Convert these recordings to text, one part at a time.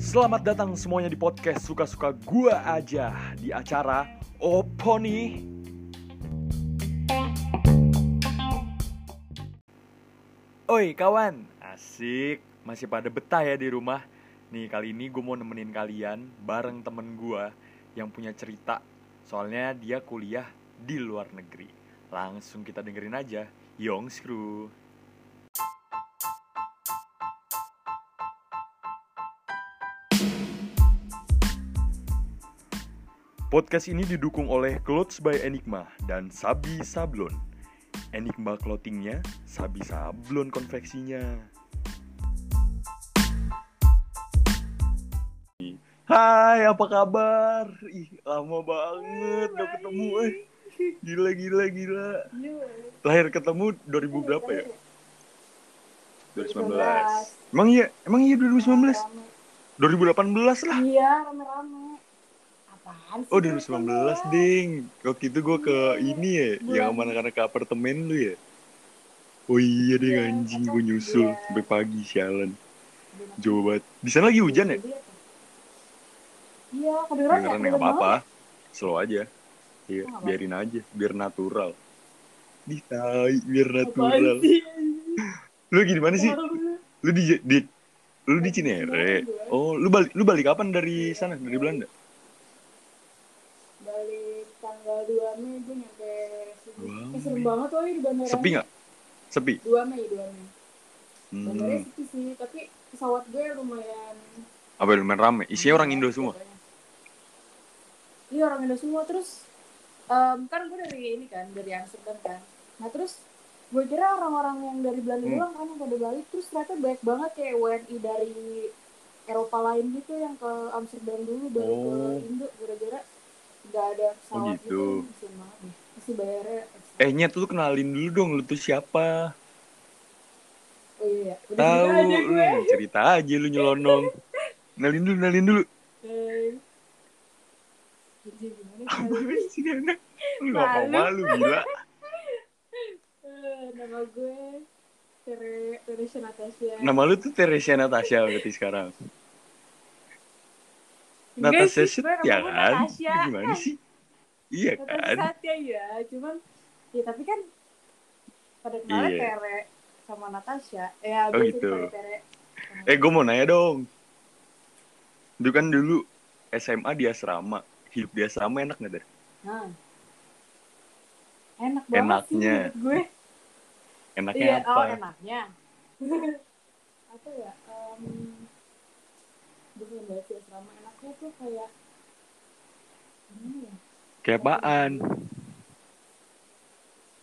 Selamat datang semuanya di podcast suka-suka gua aja di acara Opo nih. Oi kawan, asik. Masih pada betah ya di rumah. Nih kali ini gue mau nemenin kalian bareng temen gua yang punya cerita. Soalnya dia kuliah di luar negeri. Langsung kita dengerin aja. Yong Screw. Podcast ini didukung oleh Clothes by Enigma dan Sabi Sablon. Enigma clothingnya, Sabi Sablon konveksinya. Hai, apa kabar? Ih, lama banget gak ketemu eh. Gila, gila, gila. Lahir ketemu 2000 berapa ya? 2019. Emang iya, emang iya 2019? 2018 lah. Iya, rame-rame. Apaan sih? Oh 2019 ding Waktu itu gue ke ini ya Iya, Bulan. Yang sama anak-anak ke apartemen lu ya Oh iya deh Iya, anjing atau gue nyusul iya. Sampai pagi sialan Jauh banget Di sana lagi hujan ya? Iya, kedengeran ya? Beneran nggak apa-apa Slow aja Iya Nggak apa-apa. biarin aja Biar natural Di tai biar Apaan natural sih? Lu lagi di mana sih? Lu di, di Lu di Cinere Oh lu balik lu balik kapan dari sana? Dari Belanda? Balik tanggal 2 Mei gue nyampe sini. Dua Eh, serem Mei. banget loh di bandara. Sepi nggak? Sepi? 2 Mei, 2 Mei. Bandaranya Hmm. sepi sih, tapi pesawat gue lumayan... Apa lumayan rame? Isinya orang Indo semua? Iya, orang Indo semua. Terus, em, kan gue dari ini kan, dari Amsterdam kan. Nah, terus gue kira orang-orang yang dari Belanda Hmm. doang kan yang pada balik. Terus ternyata banyak banget kayak WNI dari Eropa lain gitu yang ke Amsterdam dulu baru Oh. ke Indo. Gara-gara nggak ada pesawat gitu. gitu. Kasian banget deh. Masih bayarnya ekstra. Eh Nyet lu kenalin dulu dong lu tuh siapa? Oh iya, iya. udah tahu gitu aja lu Hmm, gue. cerita aja lu nyelonong nalin dulu nalin dulu Eh. Jadi gimana apa caranya? sih Nana? lu apa malu gila Eh, nama gue Tere Teresha Natasha. nama lu tuh Teresia Natasha berarti sekarang Enggak Natasha sih, Shit gue ya nama gue kan Natasha. gimana sih iya Natasha kan Satya ya, cuman ya tapi kan pada kenalnya Iya. Tere sama Natasha. Ya, Oh, gue gitu. cerita Tere. sama eh gue mau nanya dong lu kan dulu SMA di asrama hidup di asrama enak gak deh Nah. Enak banget sih Enaknya. menurut gue. enaknya Iya, apa oh enaknya. apa ya? em gue pengen banget sih asrama enaknya tuh kayak gimana ya? kayak apaan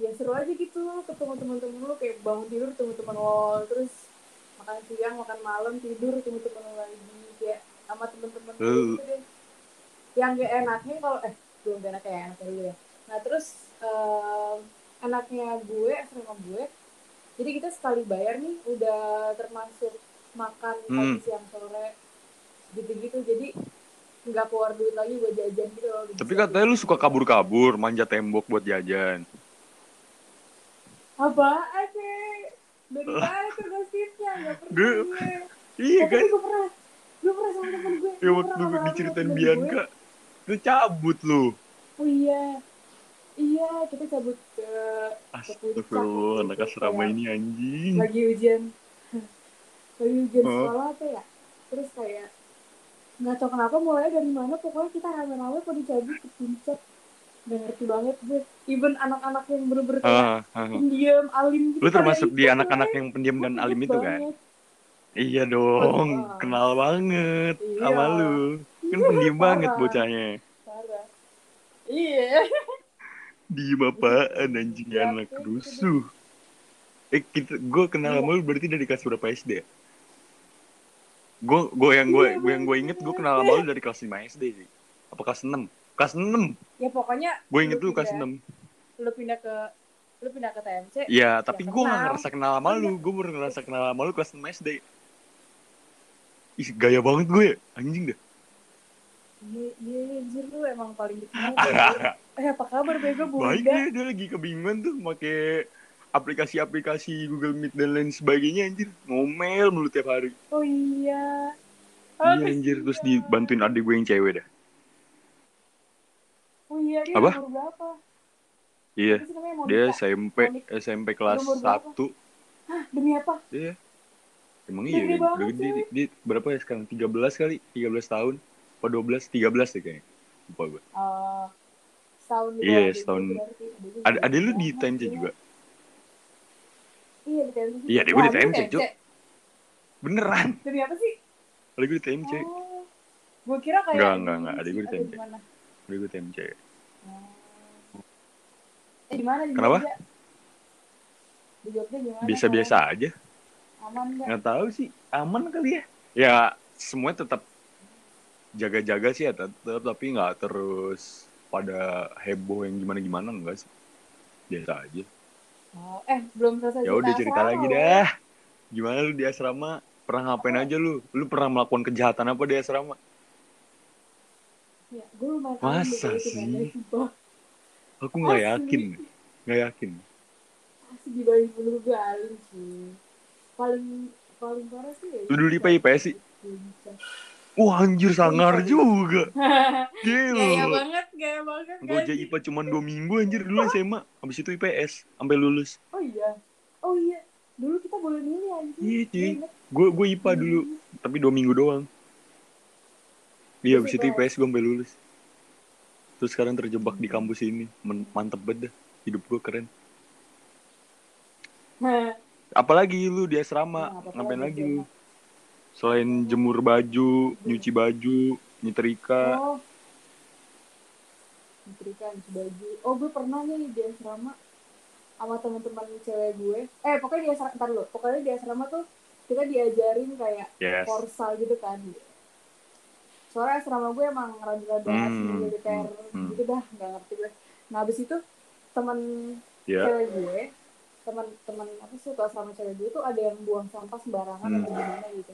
ya seru aja gitu ketemu teman-teman lu kayak bangun tidur ketemu teman lo terus makan siang makan malam tidur ketemu teman lo lagi kayak sama teman-teman lu Lu- gitu deh yang gak enaknya kalau eh belum gak enak ya enak dulu ya nah terus em, enaknya gue asrama gue jadi kita sekali bayar nih udah termasuk makan pagi Hmm. siang sore gitu-gitu jadi nggak keluar duit lagi buat jajan gitu loh tapi katanya lu suka kabur-kabur manja tembok buat jajan Apaan sih? Dari mana tuh gosipnya? Gak pernah gue. Gue- Eh, iya tapi kan gue pernah. Gue pernah sama temen gue. Ya Gue waktu pernah gue sama diceritain temen gue. Bianca, lu cabut lu. Oh iya. Iya, kita cabut ke Hmm. Astagfirullah, anak asrama ini anjing. lagi ujian. lagi ujian Huh? sekolah apa ya? Terus kayak nggak tau kenapa mulai dari mana pokoknya kita rame-rame kok dicabut ke puncak Gak ngerti banget gue even anak-anak yang bener-bener kayak Ah, ah. pendiam alim gitu Lu termasuk pada di ikut, anak-anak mulai. yang pendiam Gue dan kaget alim itu kan? banget. Iya dong, Parah. kenal banget Iya. sama lu. Kan pendiam Parah. banget bocahnya. Parah. Iya. Diem apaan anjing Iya, Iya. anak gue- rusuh. Eh, kita, gue kenal sama lu berarti dari kelas berapa SD ya? Gue gue yang gue Iya, gue yang gue bener. inget gue kenal sama lu dari kelas 5 SD sih. Apa kelas 6? Kelas 6. Ya pokoknya Gue inget lu Lu kelas pindah. 6. lu pindah ke lu pindah ke TMC. Iya, tapi Ya, gue gak kenal. ngerasa kenal sama lu. Iya. Gue baru ngerasa kenal sama lu kelas 6 SD. Ih, gaya banget gue ya. Anjing deh. Iya, iya, anjir lu emang paling dikenal. eh, apa kabar bego Baik ya, bunda? deh, dia lagi kebingungan tuh pakai aplikasi-aplikasi Google Meet dan lain sebagainya anjir ngomel mulu tiap hari oh iya iya Oh, anjir terus kasihan. dibantuin adik gue yang cewek dah oh iya dia Apa? umur berapa iya Terus namanya Monica. Eh, dia SMP Monica. SMP kelas Nomor berapa? 1 Hah, demi apa iya emang Udah iya gede dia, banget, udah gede, dia, dia berapa ya sekarang 13 kali 13 tahun apa 12 13 deh kayaknya lupa gue Eh, setahun di Iya, bawah dia setahun. berarti. Aduh, gue ada juga ada lu di banget, TMC iya. juga iya di TMC Iya, dia gue di TMC, Cuk. beneran demi apa sih ada gue di TMC oh gue kira kayak Enggak, enggak, enggak. Adik gue di Atau TMC. gimana? ada gue TMC Eh, di mana? Di Kenapa? Jogja? Di Jogja gimana? biasa-biasa aja Aman nggak? nggak tahu sih aman kali ya ya semuanya tetap jaga-jaga sih ya tetap tapi nggak terus pada heboh yang gimana-gimana enggak sih biasa aja Oh, eh, belum selesai ya udah cerita asrama, lagi loh. dah gimana lu di asrama pernah ngapain aja lu lu pernah melakukan kejahatan apa di asrama Ya, gue lumayan Masa kangen sih? deh kalau itu kan, mainnya di bawah. aku nggak Asli. yakin nggak yakin Asli di bawah bulu gue alim sih. Paling paling parah sih ya. lu dulu di IPS sih Bisa. wah anjir sangar Iya. juga Gaya gila banget, gaya banget. gue aja guys. IPA cuma dua minggu anjir dulu SMA abis itu IPS sampai lulus Oh iya. Oh iya. Dulu kita boleh milih anjir. Iya, cuy. Gue inget. gue gue IPA Hmm. dulu tapi dua minggu doang iya Terus abis itu IPA. IPS gue sampai lulus terus sekarang terjebak di kampus ini Men- mantep banget dah. hidup gue keren Hah, apalagi lu di nah, asrama apa-apa ngapain lagi sih, lu emang. selain jemur baju nyuci baju nyetrika Oh. Nyetrika, cuci baju. Oh, gue pernah nih di asrama sama teman-teman cewek gue. Eh, pokoknya di asrama, ntar dulu. Pokoknya di asrama tuh kita diajarin kayak yes porsal gitu kan. Soalnya asrama gue emang rada-rada Hmm, asli militer hmm. gitu dah, nggak ngerti gue. Nah, abis itu teman ya cewek gue, teman-teman apa sih tuh asrama cewek gue tuh ada yang buang sampah sembarangan Hmm. atau gimana gitu.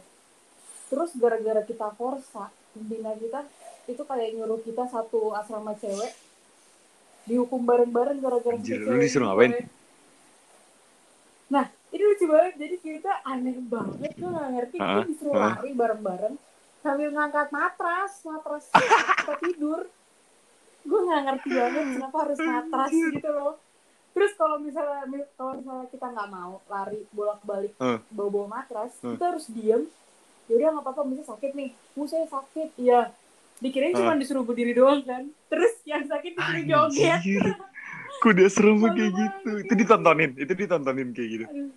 Terus gara-gara kita forsa, pembina kita itu kayak nyuruh kita satu asrama cewek dihukum bareng-bareng gara-gara kita Anjir, lu cewek disuruh gitu, ngapain? Boy. Nah, ini lucu banget. Jadi kita aneh banget, gue gak ngerti. Kita Hah? disuruh Hah? lari bareng-bareng sambil ngangkat matras, matras kita tidur. Gue gak ngerti banget kenapa harus matras gitu loh. Terus kalau misalnya kalau misalnya kita nggak mau lari bolak-balik Hah? bawa-bawa matras, Hah? kita harus diem. Yaudah nggak apa-apa, misalnya sakit nih. Mu saya sakit, iya. Dikirain Hmm. cuma disuruh berdiri doang kan. Terus yang sakit disuruh joget. anjir kok dia serem kayak Malu banget gitu ya. itu ditontonin itu ditontonin kayak gitu Aduh.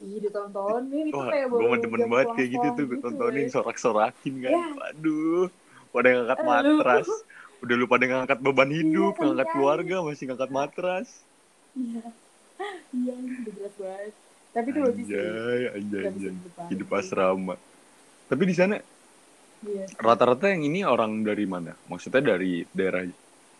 Ih, ditontonin itu Wah, kayak gue mah demen jam banget kayak gitu pulang tuh gue sekolah tontonin gitu, sorak-sorakin kan. Ya. Waduh, pada ngangkat Aduh. matras. Udah lu pada ngangkat beban hidup, kan, ngangkat kan. keluarga, masih ngangkat matras. Iya. Iya, ini udah jelas banget. Tapi itu lucu sih. Anjay, anjay, Gak bisa anjay. dilupain. Hidup asrama. Tapi di sana Iya. rata-rata yang ini orang dari mana? Maksudnya dari daerah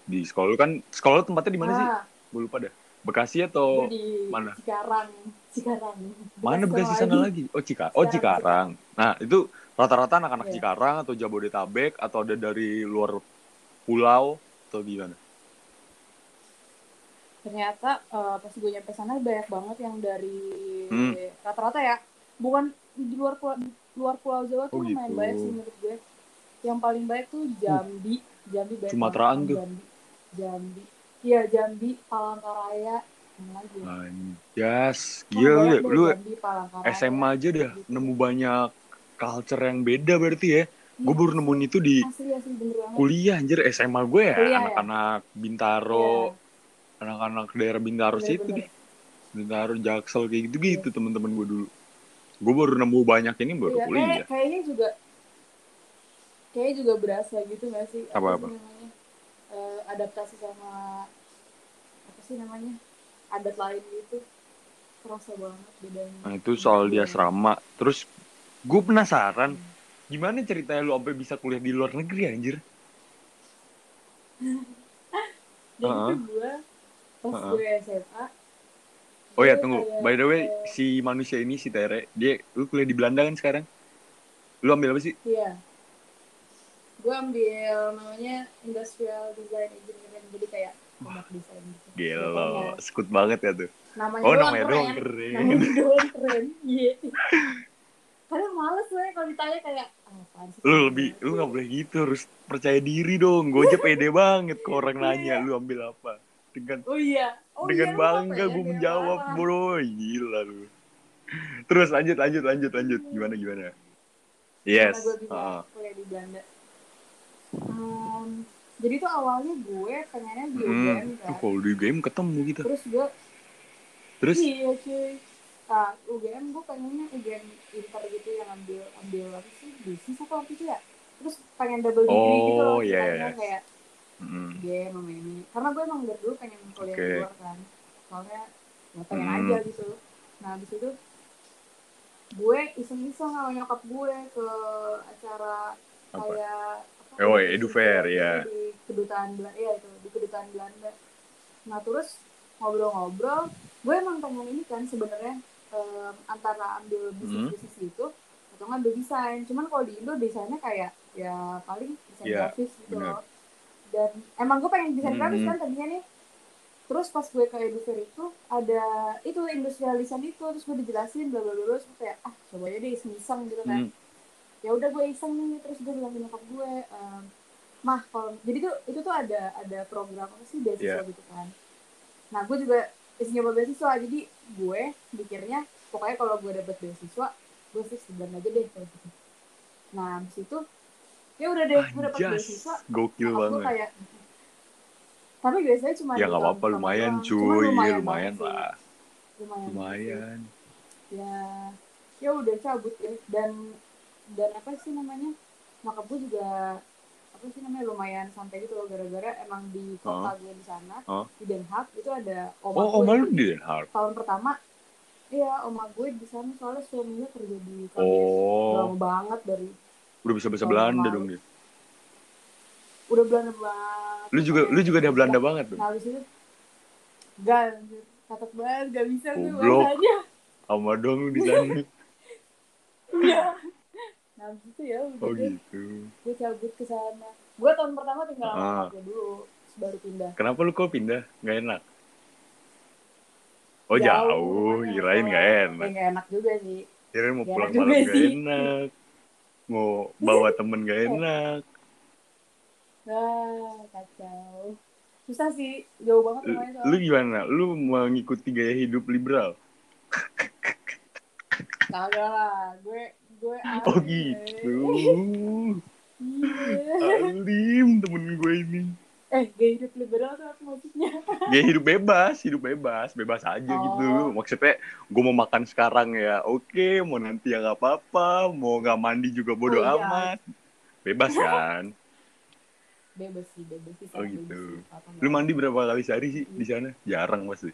di sekolah lu kan sekolah lu tempatnya di mana sih? Ah, Gue lupa dah. Bekasi gue atau di mana? Cikarang. Cikarang. mana Bekasi sana lagi? Oh, Cika. Oh, Cikarang. Cikarang. Nah, itu rata-rata anak-anak Iya. Cikarang atau Jabodetabek atau ada dari luar pulau atau gimana? Ternyata eh, pas gue nyampe sana banyak banget yang dari Hmm. rata-rata ya. Bukan di luar pulau di luar pulau Jawa tuh Oh, lumayan gitu. banyak sih menurut gue. Yang paling baik tuh Jambi. Jambi banyak Sumateraan banget. tuh. Jambi. Jambi. Iya, Jambi, Palangkaraya, yang lagi. ya? Yes, Nah, Emang gila banyak Iya, lu deh Jambi, Palangkaraya. SMA aja dah Gitu. nemu banyak culture yang beda berarti Iya. ya. Gue baru nemuin itu di asli asli bener banget. kuliah anjir SMA gue ya, Kuliah ya? Iya. anak-anak Bintaro, anak-anak daerah Bintaro Bener, situ bener. deh. Bintaro Jaksel kayak gitu-gitu teman-teman gue dulu. Gue baru nemu banyak ini baru Iya, kuliah. kayak- kayaknya juga kayaknya juga berasa gitu gak sih? Apa-apa? sih namanya? Eh, adaptasi sama apa sih namanya? Adat lain gitu. Terasa banget bedanya. Nah, itu soal di asrama. Terus gue penasaran, gimana ceritanya lu sampai bisa kuliah di luar negeri anjir? Jadi Heeh. itu gue pas Heeh. gue SMA. Ah, Oh ya gue tunggu, kayak- by the way si manusia ini si Tere, dia lu kuliah di Belanda kan sekarang? Lu ambil apa sih? Iya. Gue ambil namanya industrial design engineering. Jadi kayak produk desain gitu. Gelo, sekut banget ya tuh. Namanya Oh, doang namanya keren. doang keren. ya. Namanya doang keren. Iya. Kadang males gue kalau ditanya kayak "Ah, apaan sih? Lu lebih, lu nggak boleh gitu, harus percaya diri dong. Gue aja pede banget ke orang nanya, lu ambil apa. Dengan Oh iya. Oh, dengan iya, lu apa bangga ya? gue Dengan menjawab, marah. bro. Gila lu. Terus lanjut, lanjut, lanjut, lanjut. Gimana, gimana? Yes. Karena gue juga Ah. kuliah di Belanda. Um, jadi tuh awalnya gue pengennya di UGM Hmm. Tuh kan. kalau di game ketemu gitu. Terus gue, Terus iya cuy. Ah, UGM gue pengennya UGM inter gitu yang ambil ambil apa sih bisnis apa gitu ya. Terus pengen double degree gitu Oh, iya, loh. iya, istilahnya iya. Kayak hmm. game sama Iya, ini. Karena gue emang dari dulu pengen kuliah Oke. di luar kan. Soalnya gak pengen Hmm. aja gitu. Nah abis itu gue iseng-iseng sama nyokap gue ke acara Apa? kayak apa, Oh, Edu Fair, ya. di kedutaan Belanda ya itu di kedutaan Belanda nah terus ngobrol-ngobrol gue emang pengen ini kan sebenarnya em, antara ambil Hmm. bisnis bisnis gitu atau nggak ambil desain cuman kalau di Indo desainnya kayak ya paling desain Iya, grafis gitu benar. loh dan emang gue pengen desain grafis Mhm. kan tadinya nih terus pas gue ke Edu Fair itu ada itu industrialisan itu terus gue dijelasin bla bla bla bla. Terus gue kayak ah coba aja deh iseng-iseng gitu kan Hmm. ya udah gue iseng nih terus gue bilang ke nyokap gue ehm, mah kalau jadi tuh itu tuh ada ada program apa sih beasiswa Iya. gitu kan nah gue juga isi nyoba beasiswa jadi gue mikirnya pokoknya kalau gue dapet beasiswa gue fix sebulan aja deh kalau gitu nah abis itu ya udah deh gue dapet Anjas, beasiswa gokil nyokap gue banget. kayak tapi biasanya cuma Ya di nggak tahun apa-apa, pertama lumayan doang. Cuman cuy, lumayan lumayan, lumayan banget sih. lah, lumayan, lumayan. ya ya udah cabut ya dan dan apa sih namanya nyokap gue juga apa sih namanya lumayan santai gitu loh gara-gara emang di kota gue di sana Oh. di Den Haag itu ada oma Oh, oh gue malu di Den Haag. tahun pertama iya oma gue di sana soalnya suaminya kerja di KBS Oh, lama banget dari udah bisa bahasa Tahun Belanda kemarin. dong dia. udah Belanda banget Lu juga lu juga udah Belanda banget dong. nah habis itu gak catat banget gak bisa gue Goblok. bahasanya Sama dong lu di sana. iya nah habis itu ya udah Oh deh. gitu. gue cabut ke sana gue tahun pertama tinggal sama Ah. nyokap gue dulu terus baru pindah Kenapa lu kok pindah? Gak enak. Oh Jauh, jauh, makanya. kirain gak ya enak. nggak enak juga sih Kirain mau Gak pulang enak malam juga gak sih. enak. Mau bawa temen gak enak. ah kacau susah sih jauh banget rumahnya Lu soalnya gimana? Lu mengikuti gaya hidup liberal? kagak lah gue gue Oh aneh. gitu. Iya. Alim temen gue ini. eh gaya hidup liberal tuh apa maksudnya Ya hidup bebas, hidup bebas, bebas aja Oh. gitu. Maksudnya gue mau makan sekarang ya, oke. Mau nanti ya nggak apa-apa. Mau nggak mandi juga bodo Oh, iya. amat. Bebas kan. bebas sih bebas sih Oh, sangat gitu. bebas sih, apa Lu enggak. mandi berapa kali sehari sih di sana? Jarang pasti.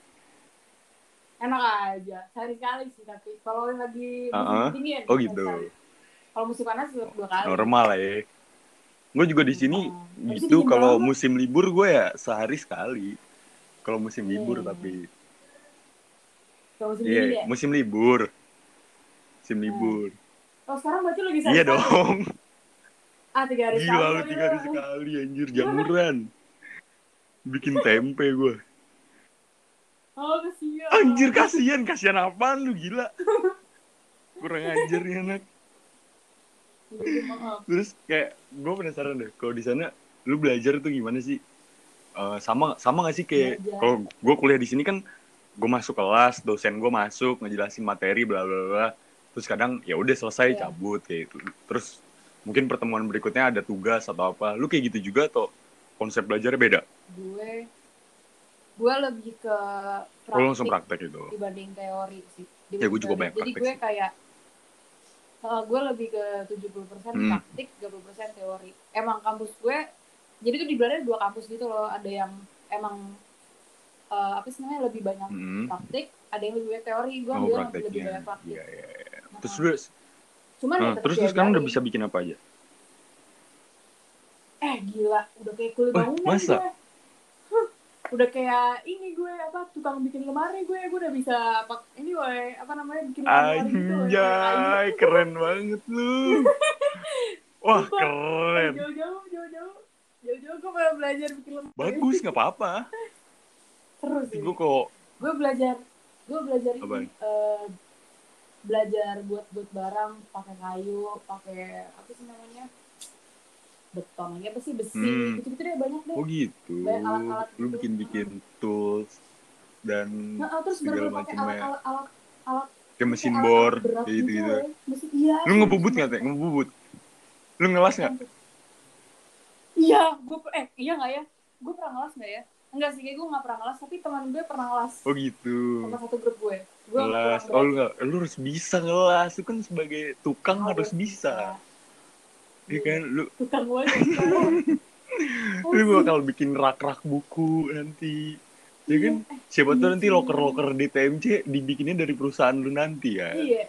enak aja sehari sekali sih tapi kalau lagi musim Ah, ah. dingin Oh sekali gitu. sekali. kalau musim panas dua dua kali Normal lah ya. Gue juga di sini gitu. Normal. Oh. Tapi dingin Kalau banget. musim libur gue ya sehari sekali. Kalau musim libur Hmm. tapi, kalau musim dingin iya ya Iya. musim libur, musim libur. kalau sekarang berarti lagi Iya dong. ah tiga hari Gila sekali lu kali tiga hari lu. sekali anjir jamuran. Bikin tempe gue. Oh, kesian. Anjir kasihan, kasihan apaan lu gila. Kurang ajar nih anak. Iya, maaf. Terus kayak gue penasaran deh kalau di sana lu belajar tuh gimana sih? Eh, sama sama gak sih kayak Belajar. kalau gue kuliah di sini kan gue masuk kelas, dosen gue masuk ngejelasin materi bla bla bla. Terus kadang ya udah selesai Iya. cabut kayak itu. Terus mungkin pertemuan berikutnya ada tugas atau apa. Lu kayak gitu juga atau konsep belajarnya beda? Gue gue lebih ke Lu langsung praktik praktek Iya. gitu. dibanding teori sih. Ya, gue juga Dibanding banyak teori. Jadi praktek gue kayak uh, gue lebih ke 70% Hmm. praktik, 30% teori. Emang kampus gue jadi tuh di Belanda ada dua kampus gitu loh, ada yang emang uh, apa sih namanya lebih banyak Mm-mm. praktik, ada yang lebih banyak teori. Gue Hmm. Mm-hmm. Oh, ambil yang lebih prakteknya. banyak praktik. Iya, iya. Nah, Terus lu cuman ya Nah, tetap terus lu sekarang udah diajarin. bisa bikin apa aja? eh gila udah kayak kulit Wah, bangunan masa? gue Huh, udah kayak ini gue apa tukang bikin lemari gue gue udah bisa pak ini woy, apa namanya bikin lemari gitu woy. Kayak Anjay, keren banget lu. Wah, Sumpah. kayu. keren. jauh-jauh jauh-jauh jauh-jauh gue malah belajar bikin lemari Bagus, nggak apa-apa. terus sih gue kok gue belajar gue belajar Apaan? ini eh, belajar buat buat barang pakai kayu pakai apa sih namanya beton apa sih besi Hmm. gitu gitu deh banyak deh oh gitu Banyak alat-alat lu gitu. bikin bikin tools dan Nah, terus segala baru pakai macam alat ya. alat alat alat kayak mesin kayak bor alat berat kayak gitu gitu loh. Mesin- iya lu ngebubut nggak teh ngebubut lu ngelas nggak iya gue eh iya nggak ya gue pernah ngelas nggak ya enggak sih kayak gue nggak pernah ngelas tapi teman gue pernah ngelas oh gitu sama satu grup gue gue ngelas oh lu, nggak- lu harus bisa ngelas lu kan sebagai tukang harus bisa ya kan lu Iya. tukang gue lu Oh, bakal bikin rak-rak buku nanti ya kan siapa Iya tuh nanti sih. loker-loker di TMC dibikinnya dari perusahaan lu nanti ya Iya.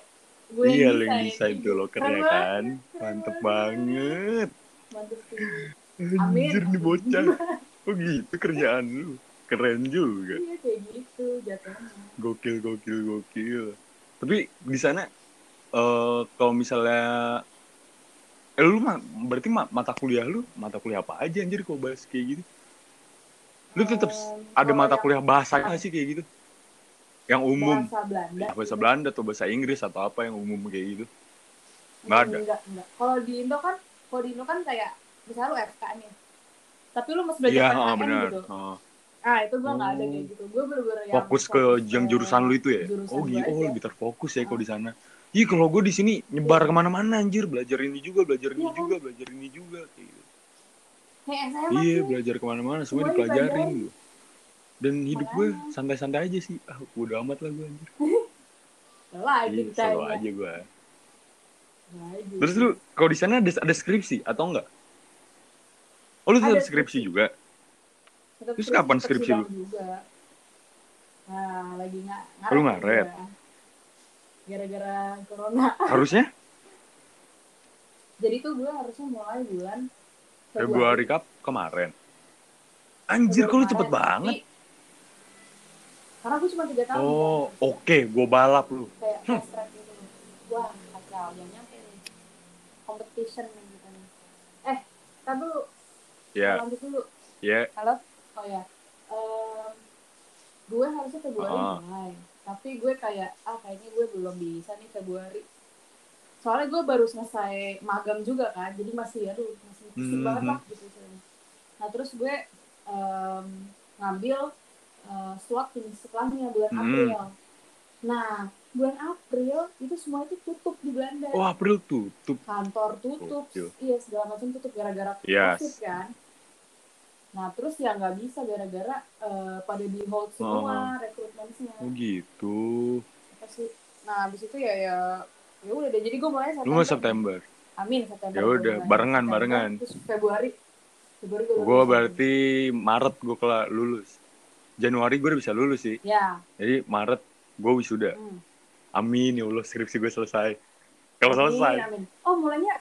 Gue iya yang ya. lu yang desain. desain tuh lokernya Keren kan banget, mantep keren banget Eh, Mantep sih. Amin. anjir nih bocah oh gitu kerjaan lu keren juga Iya kayak gitu jatuhnya. gokil gokil gokil tapi di sana eh kalau misalnya eh, lu mah berarti ma- mata kuliah lu mata kuliah apa aja anjir kalau bahas kayak gitu lu tetap Em, ada kalau mata yang kuliah bahasa nggak sih kayak gitu yang umum Bahasa Belanda. Ya, bahasa Belanda atau bahasa Inggris atau apa yang umum kayak gitu nggak Enggak, ada. Enggak, enggak. Kalau di Indo kan, kalau di Indo kan kayak misalnya lu FK nih. Tapi lu masih belajar ah, PKN benar gitu. Ah, Ah, itu gue nggak ada Oh. kayak gitu. Gue bener-bener yang fokus ke yang jurusan lu itu ya jurusan oh gua gitu oh aja. Iya. lebih terfokus ya kalau di sana Ih kalau gue di sini nyebar kemana-mana anjir belajar ini juga belajar ini Iya kan? Iya juga belajar ini juga kayak gitu. Kayak SMA iya tuh. belajar kemana-mana semua Semuanya dipelajarin dipelajarin. gitu dan hidup gue Makanya. santai-santai aja sih ah bodo amat lah gue anjir Lagi Iya, selalu aja gue terus lu kalau di sana ada, ada skripsi atau enggak oh lu Ada tetap skripsi skripsi. juga Terus kapan skripsi lu? Juga. Nah, lagi nggak Lu ngaret? juga. Gara-gara corona. harusnya Jadi tuh gue harusnya mulai bulan Februari kap kemarin anjir Februari kok lu cepet kemarin. banget Tapi- Karena gue cuma 3 tahun. oh Hmm. kan. oke gue balap lu Kayak fast track gitu. Wah, kacau. Yang nyampe nih. Competition nih gitu. nih. Eh, ntar dulu. ya Lanjut dulu. ya Halo? Oh ya. Em, gue harusnya Februari Ah. mulai. Tapi gue kayak, ah kayaknya gue belum bisa nih Februari. Soalnya gue baru selesai magang juga kan. Jadi masih, aduh, masih pusing Mhm. banget lah gitu. istilahnya. Nah terus gue em, ngambil eh, slot yang setelahnya bulan Mhm. April. Nah, bulan April itu semua itu tutup di Belanda. oh April tutup Kantor tutup, Gokil. iya segala macam tutup gara-gara Yes. COVID kan. Nah terus ya nggak bisa gara-gara eh, pada di hold semua rekrutmennya. oh gitu Apa sih? Nah abis itu ya ya ya udah deh. Jadi gue mulai lu September. mau September Amin September. Ya gua udah, mulai. barengan, September, barengan. Terus Februari. Februari gua gue lulus. berarti Maret gue kelar lulus Januari gue udah bisa lulus sih Ya. jadi Maret gue wisuda hmm. amin ya Allah skripsi gue selesai kalau Amin, selesai amin. Oh mulainya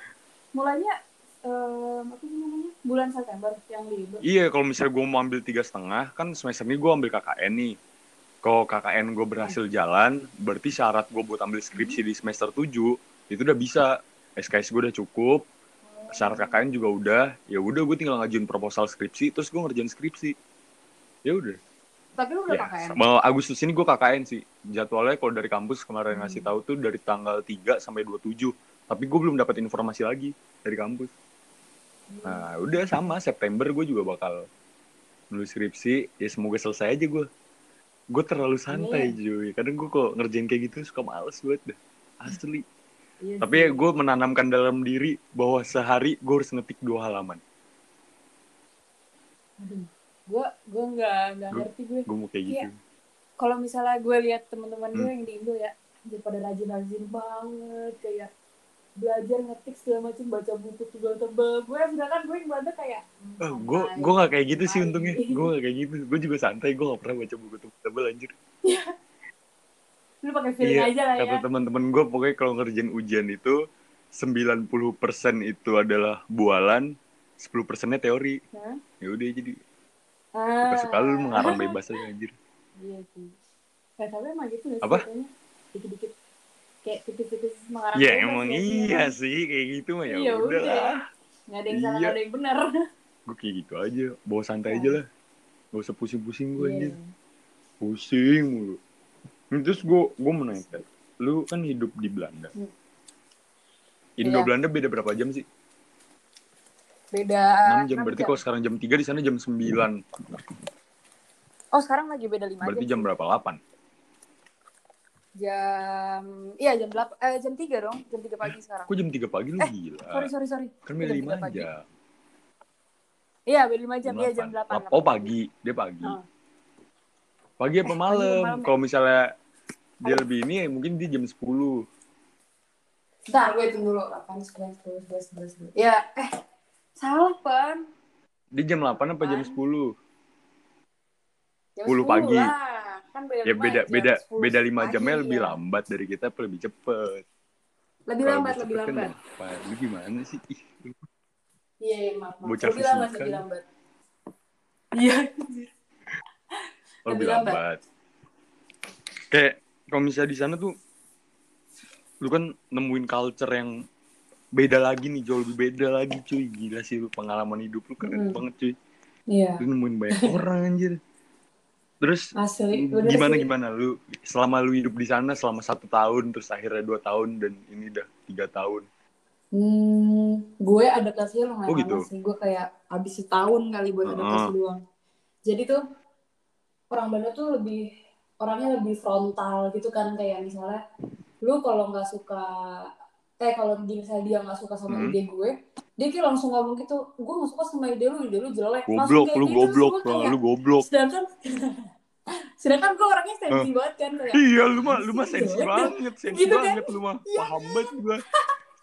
mulainya em, apa sih namanya bulan September yang libur. Iya, kalau misalnya gue mau ambil tiga setengah, kan semester ini gue ambil KKN nih. Kalau KKN gue berhasil jalan, berarti syarat gue buat ambil skripsi di semester 7 itu udah bisa. SKS gue udah cukup, syarat KKN juga udah. Ya udah, gue tinggal ngajuin proposal skripsi, terus gue ngerjain skripsi. Ya udah. Tapi lu udah Ya, KKN. sama Agustus ini gue KKN sih. Jadwalnya kalau dari kampus kemarin Hmm. ngasih tahu tuh dari tanggal 3 sampai 27. Tapi gue belum dapat informasi lagi dari kampus. Hmm. Nah, udah sama September gue juga bakal nulis skripsi. Ya semoga selesai aja gue. Gue terlalu santai Iya. cuy. Kadang gue kok ngerjain kayak gitu suka males banget dah. Asli. Iya Tapi sih. ya gue menanamkan dalam diri bahwa sehari gue harus ngetik dua halaman. Aduh, gue gue nggak nggak Gua- ngerti gue. Gue mau kayak Iya. gitu. Kalau misalnya gue lihat teman-teman gue Hmm. yang di Indo ya, dia pada rajin-rajin banget kayak belajar ngetik segala macam baca buku tebal-tebal. Gue sedangkan gue yang Belanda kayak hmm, Eh, gue santai. gue gak kayak gitu sih santai. untungnya. Gue gak kayak gitu. Gue juga santai. Gue gak pernah baca buku tebal anjir. lu pakai Iya, feeling aja lah Oh, ya. Kata teman-teman gue pokoknya kalau ngerjain ujian itu 90% itu adalah bualan, 10%-nya teori. Hah? Ya udah jadi Ah, suka-suka lu mengarang bebas aja anjir. Iya sih. Nah, tapi emang gitu ya Apa? Dikit-dikit kayak tipis-tipis mengarang Ya bebas emang ya, iya sih kayak gitu mah ya Iya udah lah. Nggak ada yang salah, Iya. nggak ada yang benar. Gue kayak gitu aja, bawa santai aja lah. Gak usah pusing-pusing gue Iya. anjir. pusing mulu Hmm, terus gue gue mau nanya Kat. lu kan hidup di Belanda Hmm. Indo Iya. Belanda beda berapa jam sih Beda. 6 jam enam berarti kalau sekarang jam 3 di sana jam 9 Oh sekarang lagi beda lima berarti jam jam. berapa 8 Jam, iya jam delapan, eh, jam tiga dong, jam tiga pagi sekarang. kok jam 3 pagi lu Eh, Sorry gila sorry sorry. Eh, kan beda jam 5 tiga pagi. aja Iya beda lima jam, iya jam delapan. oh pagi dia pagi Oh. pagi apa Eh, pagi apa malam malam ya? kalau misalnya dia lebih ini mungkin dia jam 10 Bentar, gue hitung dulu. 8, 9, 10, 11, 12, 12. Ya, eh. Salah, Pan. dia jam 8 apa jam 10 Jam 10 pagi. lah. Kan beda ya lima beda jam, beda 10 beda 5 pagi, jamnya iya. lebih lambat dari kita apa lebih cepet Lebih Kalau lambat, cepet lebih kan lambat. lambat. lu gimana sih Ih, lu Iya, iya, maaf, maaf. Bocah Lebih lambat, fisika. lebih lambat. Iya. lebih Lebih lambat. lambat. Kayak kalau misalnya di sana tuh lu kan nemuin culture yang beda lagi nih, jauh lebih beda lagi cuy. Gila sih lu pengalaman hidup lu keren Mm. banget cuy. Iya. Lu nemuin banyak orang anjir. Terus Asli. bener Hmm, gimana Iya, sih. gimana lu selama lu hidup di sana selama satu tahun terus akhirnya dua tahun dan ini udah tiga tahun Hmm, gue adaptasinya lumayan Oh, gitu. lama sih. Gue kayak habis setahun kali buat Heeh. adaptasi doang. Jadi tuh orang Belanda tuh lebih orangnya lebih frontal gitu kan kayak misalnya lu kalau nggak suka eh kalau di- misalnya dia nggak suka sama Hmm. ide gue, dia kayak langsung ngomong gitu, gue nggak suka sama ide lu, ide lu jelek. Langsung goblok kayak lu gitu, terus goblok gue kayak- lu goblok Sedangkan sedangkan gue orangnya sensi banget kan kayak iya lu mah lu mah Jelek sensi dong. banget sensi Gitu kan? banget lu mah Iya paham banget gua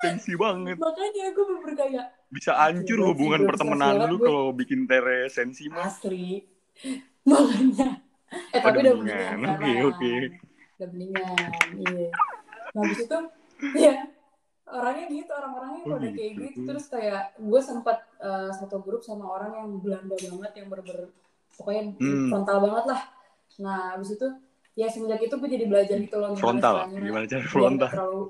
sensi banget makanya gue berkaya bisa hancur Gua- hubungan gua bisa pertemanan sialan, lu gua- kalau bikin tere sensi mah Asli. Makanya. Eh tapi Ada udah mendingan. mendingan. Oke, sekarang. oke. Udah mendingan. Iya. Nah, habis itu ya orangnya gitu, orang-orangnya Oh, pada kayak gitu. gitu. Terus kayak gue sempat eh, satu grup sama orang yang Belanda banget yang berber pokoknya Hmm. frontal banget lah. Nah, habis itu ya semenjak itu gue jadi belajar gitu loh gimana frontal caranya gimana cara biar frontal nggak terlalu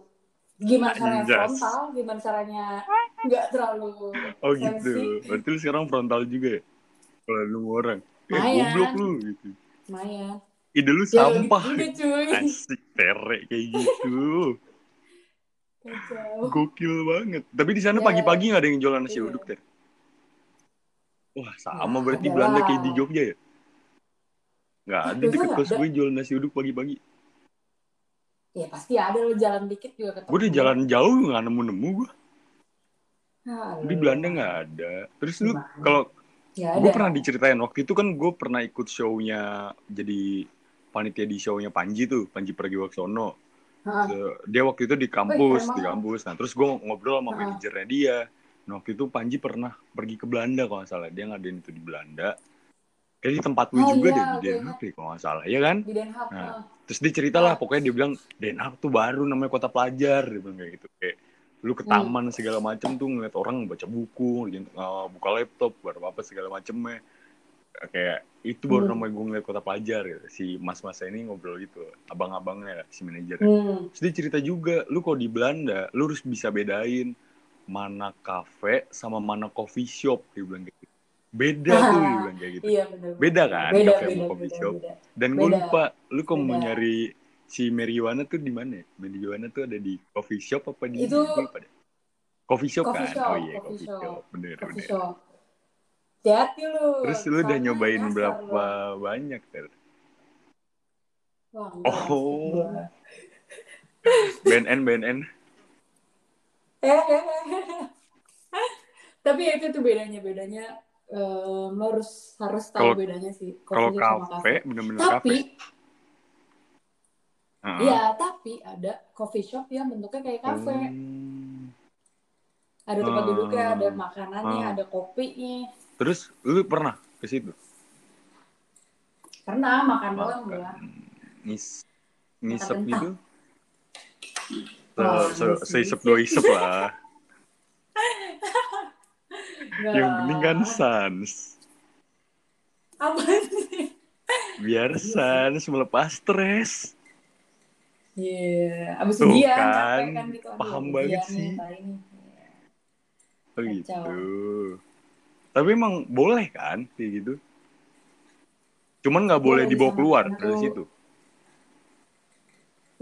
gimana caranya Anjas. frontal, gimana caranya nggak terlalu oh sensi. gitu berarti lu sekarang frontal juga ya kalau lu sama orang eh Lumayan. goblok lu gitu Maya. ide lu Ya, gitu sampah juga, cuy. asik tere kayak gitu Kacau. gokil banget tapi di sana Ya. pagi-pagi nggak ada yang jualan nasi Iya. uduk deh wah sama Nah, berarti ada Belanda lah. kayak di Jogja ya nggak ada Jogja deket nggak kos ada. gue jualan nasi uduk pagi-pagi Ya pasti ada lo jalan dikit juga ketemu. gue udah jalan jauh nggak nemu-nemu gue Halo. di Belanda nggak ada terus lu Gimana? kalau Ah, iya. Ya ada. gue pernah diceritain waktu itu kan gue pernah ikut shownya jadi panitia di shownya Panji tuh Panji Pragiwaksono Ha-ha. Se- Gitu. dia waktu itu di kampus Wih, keren di banget. kampus nah terus gue ngobrol sama Ha-ha. manajernya dia nah waktu itu Panji pernah pergi ke Belanda kalau nggak salah dia ngadain itu di Belanda kayak di tempat lu Oh, juga iya, deh di gue Den Haag deh, kalau nggak salah ya kan Di Den Haag. ah. Nah. ha. terus dia cerita lah pokoknya dia bilang Den Haag tuh baru namanya kota pelajar dia bilang kayak gitu kayak lu ke Hmm. taman segala macem tuh ngeliat orang baca buku ngeliat- eh, buka laptop apa apa segala macemnya kayak itu baru Hmm. namanya gue ngeliat kota pelajar gitu. si mas-mas ini ngobrol gitu abang-abangnya si manajer Hmm. terus dia cerita juga lu kalau di Belanda lu harus bisa bedain mana kafe sama mana coffee shop dia bilang gitu beda tuh dia bilang kayak gitu Iya benar. beda kan Ah. Beda, kafe sama beda, coffee beda, shop beda. dan gue Beda. lupa, lu kok mau Beda. nyari si marijuana tuh di mana? ya? Marijuana tuh ada di coffee shop apa di Itu- gua lupa deh. Coffee shop Coffee kan? shop, oh iya, coffee coffee shop. shop. Bener, Coffee bener. shop. Hati-hati lu. Terus lu udah Soalnya nyobain nyasar berapa lu. banyak? Ter? Wah, Oh. enggak. BNN, BNN. Eh, eh, eh. Tapi ya itu tuh bedanya bedanya em, lo harus harus tahu Kalau- bedanya sih Kalau coffee shop sama kafe, bener-bener Tapi kafe. Ah. Heeh. Iya, tapi ada coffee shop yang bentuknya kayak kafe. Hmm. Ada tempat Hmm. duduknya, ada makanannya, Hmm. ada kopinya. Terus lu pernah ke situ? Pernah makan Makan. malam gua. Ngis, ngisep Makan gitu? Wah, Se- se- Oh, ngisep. Seisep dua isep lah. Enggak Yang lah. penting kan sans. Apa sih? biar sans melepas stres Iya, abis Tuh dia kan, capek kan gitu. Aduh, paham ujian banget nih, sih. kali ini. Oh, Kacau. gitu tapi emang boleh kan kayak gitu Cuman nggak boleh Boleh dibawa disamakan keluar atau- dari situ.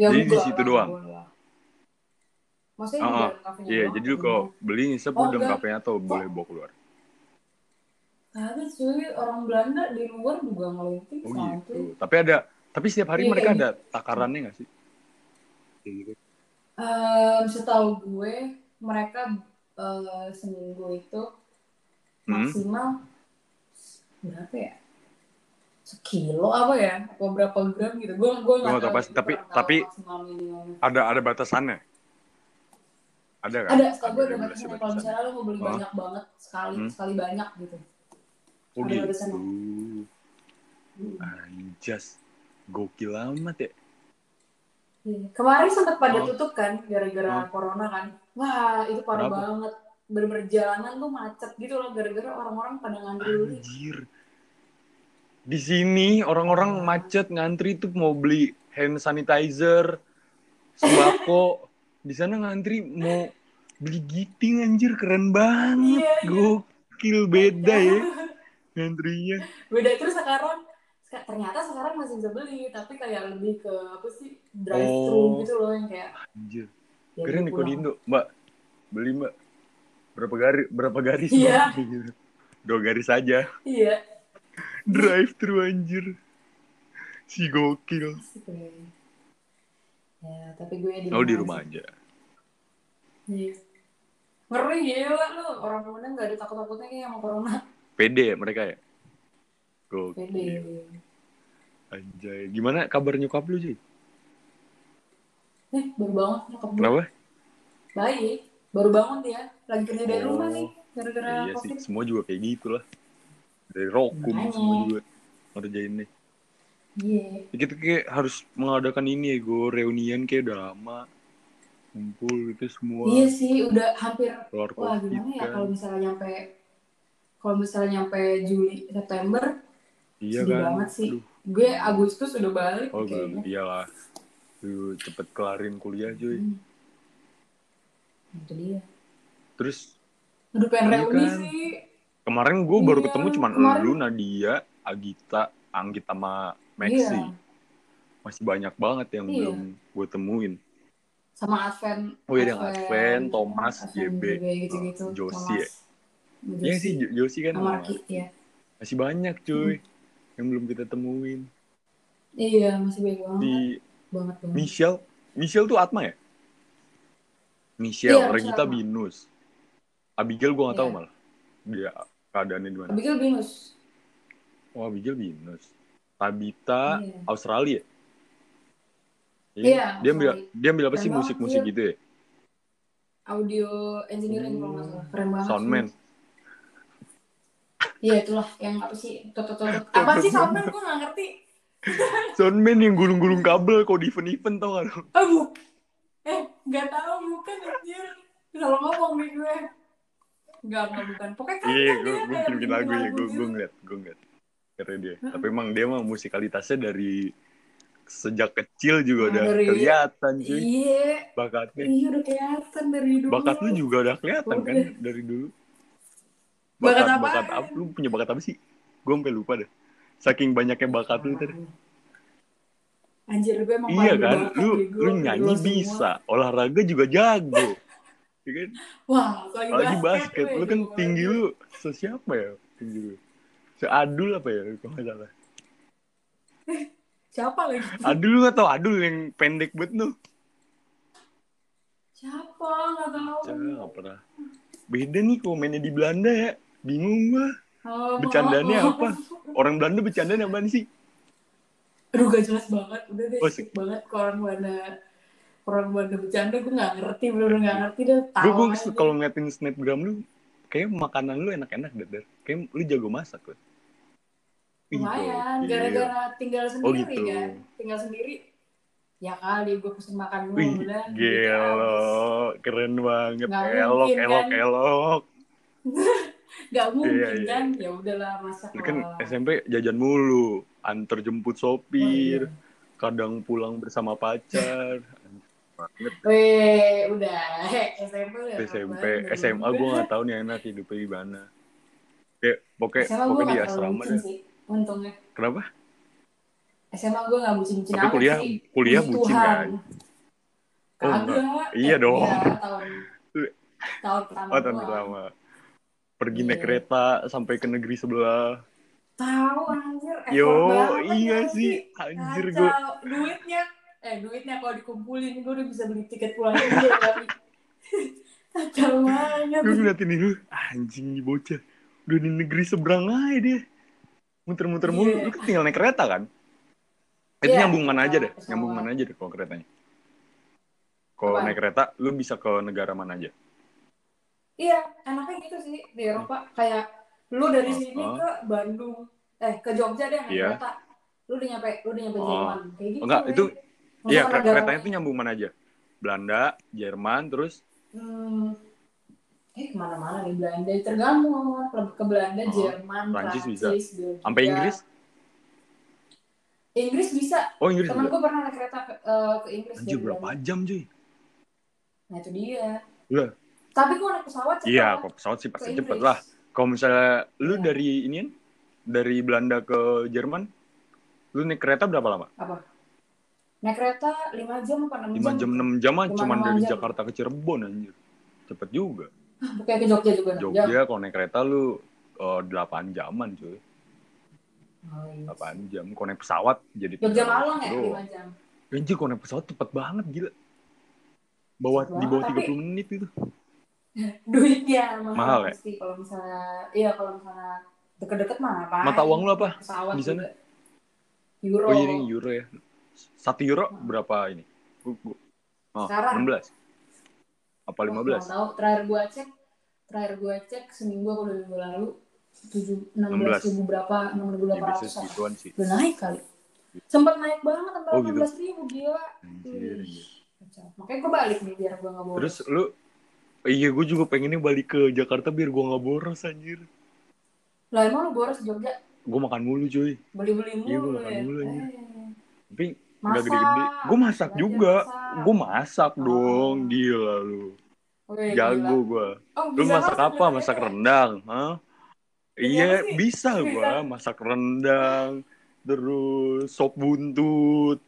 Ya, Jadi di enggak situ lah, doang. enggak lah. Maksudnya Ah, di ah. dalam kafenya Iya, doang jadi atau lu kalau gimana? beli ngisep Oh, lu dalam enggak. kafenya atau boleh bawa keluar. Kagak cuy, orang Belanda di luar juga ngelinting Oh santuy. gitu. Tapi ada tapi setiap hari Iya, mereka kayak ada takarannya nggak sih? Kayak gitu. Em, setahu gue mereka eh, seminggu itu Hmm? maksimal berapa ya? Sekilo apa ya? Apa berapa gram gitu? Gue gue Gua nggak nggak tahu tahu. pasti, Gue tapi- kurang tahu tapi- maksimal minimalnya. Ada ada batasannya. Ada kan? Ada, setahu gue ada regulasi batasannya. Kalau misalnya lo mau beli Oh. banyak banget sekali Hmm. sekali banyak gitu. Oh ada gitu. batasannya. Hmm. Anjas. Uh, Gokil amat ya. Iya. Kemarin sempat pada Oh. tutup kan gara-gara corona kan. Wah, itu parah Kenapa? banget. Bener-bener jalanan tuh macet gitu loh gara-gara orang-orang pada ngantri dulu. Anjir. Di sini orang-orang Iya. macet ngantri tuh mau beli hand sanitizer, sembako. Di sana ngantri mau beli giting anjir keren banget. Iya, iya. Gokil beda ya ngantrinya. Beda terus sekarang seka- ternyata sekarang masih bisa beli tapi kayak lebih ke apa sih drive thru Oh. gitu loh yang kayak Anjir. ya Keren dia nih kok di pulang. Indo, Mbak. Beli, Mbak. Berapa garis? Berapa garis? Iya. Mbak? Gitu. Dua garis aja. Iya. Drive thru anjir. Si gokil. asik ya. Ya, tapi gue di Oh di rumah aja. Iya. Ngeri gila lu. Orang Belanda enggak ada takut-takutnya kayak sama corona. Pede ya mereka ya. Gokil. Iya. Pede. Anjay, gimana kabar nyokap lu, Ji? Eh, baru bangun nyokap gue. Kenapa? Baik, baru bangun dia. Lagi kerja dari Oh. rumah nih, gara-gara iya sih, COVID. semua juga kayak gitu lah. Dari rokum Makanya. semua juga ngerjain nih. Iya. Ya, Kita kayak harus mengadakan ini ya, go reunian kayak udah lama. Kumpul gitu semua, Iya sih, udah hampir keluar wah covid gimana ya kan. kalau misalnya nyampe kalau misalnya nyampe Juli September Iya sedih kan? banget sih. Aduh, gue Agustus udah balik oh belum, kayaknya. iyalah. Lu cepet kelarin kuliah, cuy. Hmm. Itu dia. Terus Aduh pengen Iya reuni kan? sih. kemarin gue baru Iya, ketemu cuman kemarin. lu, Nadia, Agita, Anggit sama Maxi. Iya. Masih banyak banget yang Iya. belum gue temuin. Sama Advent. Oh iya, yang Advent, Thomas, Advent JB, juga gitu-gitu. Josie ya. Thomas, Iya sih, Josie. Jo- Josie kan Sama Hmm. Arki, ya. masih banyak cuy yang belum kita temuin. Iya, masih banyak banget. Di banget banget. Michelle, Michelle tuh Atma ya? Michelle, Iya, Michelle Regita Atma. Binus. Abigail gua nggak tahu Iya. malah. Dia keadaannya di mana? Abigail Binus. Oh, Abigail Binus. Tabita Iya. Australia. Iya, Iya, dia ambil dia ambil apa Keren sih banget, musik-musik Gil. gitu ya? Audio engineering kalau nggak salah. Keren banget. Soundman. sih. Iya itulah yang apa sih? Toto Eh, toto. Apa sih soundman? Gue nggak ngerti. Soundman yang gulung-gulung kabel kok di event-event tau gak lu? Oh, bu. Eh, nggak tahu bukan anjir. Kalau ngomong nih gue. Nggak, nggak bukan. Pokoknya kan Iya, kan gue dia gue kayak bikin lagu ya, gue gue gitu. ngeliat, gue ngeliat. Keren dia. Mm-mm. Tapi emang dia mah musikalitasnya dari sejak kecil juga Ah, udah dari- kelihatan cuy Iya, bakatnya. iya udah kelihatan dari dulu. Bakat lu juga udah kelihatan kan Udah. dari dulu. Bakat Bakat apaan? bakat apa? Lu punya bakat apa sih? Gue sampai lupa deh. Saking banyaknya bakat lu tadi. Anjir gue emang Iya paling kan? berbakat, Lu bego. lu Dari nyanyi luar semua. bisa, olahraga juga jago. Iya kan? Wah, lagi Apalagi basket, gue lu kan jago tinggi banget. lu sesiapa ya? Tinggi lu. Seadul apa ya kalau nggak salah. Siapa lagi? Adul lu nggak tau Adul yang pendek banget lu. Siapa? Gak tahu. Cah, nggak pernah. Beda nih kalau mainnya di Belanda ya. Bingung gua. Oh, Bercandanya oh, oh. apa? Orang Belanda bercandanya apaan sih? Aduh gak jelas banget. Udah deh, Oh, skip banget ke orang Belanda. Orang Belanda bercanda gue gak ngerti. Bener-bener gak ngerti deh. Gue Tahu gue aja. kalau gitu. ngeliatin snapgram lu, kayak makanan lu enak-enak deh, Der. Kayak lu jago masak lu. Ih, Lumayan. gokil. Gara-gara tinggal sendiri Iya. Oh, gitu. kan. Tinggal sendiri. Ya kali gue pesen makan dulu. Wih, udah. gitu. gelo, keren banget. Nggak elok, mungkin, elok, kan? elok. Gak mungkin Iya, iya. kan. Ya udahlah Oh, masak. Lu kan lah. SMP jajan mulu, antar jemput iya. Oh, sopir, kadang pulang bersama pacar. banget Weh, udah. SMP udah SMP, lama banget. SMA gue nggak tahu nih enak hidupnya gimana. Kayak pokoknya SMA gue pokoknya di gak terlalu asrama bucin deh. sih. Untungnya. Kenapa? SMA gue nggak bucin-bucin Tapi amat kuliah- sih. kuliah Puji bucin Tuhan. Oh, Kagak. Iya Eh, dong. iya, tahun tahun pertama. Oh, tahun gua. pertama. Pergi naik Iya. kereta sampai ke negeri sebelah. Tahu anjir. effort Yo, banget iya lagi. sih. Anjir Kacau. gue. Duitnya, eh duitnya kalau dikumpulin gue udah bisa beli tiket pulang aja. tapi Kacau banget. Gue ngeliatin ini lu, anjing nih bocah. Udah di negeri seberang aja dia. Muter-muter mulu. Iya. Lu kan tinggal naik kereta kan? Itu Iya. nyambung mana aja deh? Sama. Nyambung mana aja deh kalau keretanya? Kalau Apa? naik kereta, lu bisa ke negara mana aja? Iya, enaknya gitu sih di Eropa. Kayak lu dari sini Oh. ke Bandung, eh ke Jogja deh naik Iya. kereta. Lu udah nyampe, lu udah nyampe Oh. Jerman. Kayak gitu. Enggak, men. itu- Masuk Iya, ke kere- negara- keretanya tuh nyambung mana aja? Belanda, Jerman, terus Hmm, eh kemana-mana nih Belanda tergantung lebih ke Belanda, Oh, Jerman, Prancis Prancis, bisa. Belgia. sampai Inggris? Inggris bisa. Oh, Inggris Temen juga. gue pernah naik kereta ke, eh, ke Inggris. Anjir, dari berapa Belanda. jam, cuy? Nah itu dia. Lah. Tapi gue naik pesawat cepat Iya, kalau pesawat sih ke pasti Inggris. cepet lah. Kalau misalnya lu Iya. dari ini dari Belanda ke Jerman, lu naik kereta berapa lama? Naik kereta 5 jam apa 6 5 jam, 6 jam mah Cuma cuman enam dari jam. Jakarta ke Cirebon anjir. Cepet juga. Kayak ke Jogja juga 6 jam. Jogja kalau naik kereta lu eh, 8 jaman cuy. Oh, iya. 8 jam. Kalau naik pesawat jadi Jogja 3 Malang ya doang. 5 jam. Anjir kalau naik pesawat cepet banget gila. Bawa Cepet di bawah banget, 30 menit itu. Duitnya mahal, Mahal ya? pasti kalau misalnya iya kalau misalnya deket-deket mah apa? Mata uang lu apa? pesawat di sana? juga. Euro. Oh iya ini euro ya. 1 euro berapa ini? Gu- gu- Oh, Sekarang. 16. Apa 15? Nggak tahu terakhir gua cek terakhir gua cek seminggu apa dua minggu lalu tujuh enam belas ribu berapa enam ribu Ya, delapan biasanya ratus segituan sih. udah naik kali sempat naik banget sampai Oh, delapan gitu. belas ribu gila Anjir, Wih, anjir. kacau. makanya gua balik nih biar gua nggak boros Terus lu Iya gue juga pengennya balik ke Jakarta biar gue gak boros anjir lah emang lu boros di Jogja Gue makan mulu cuy beli beli mulu Iya, gua lu makan ya mulu, Eh, anjir. Tapi masak gak gede-gede Gue masak Belajar juga masak. Gue masak Oh. dong Gila lu Wih, gila. Jago gue Oh, Lu bisa ya? masak apa? ternyata. Masak rendang Hah? Iya Iya sih. bisa Bisa. gue Masak rendang Terus sop buntut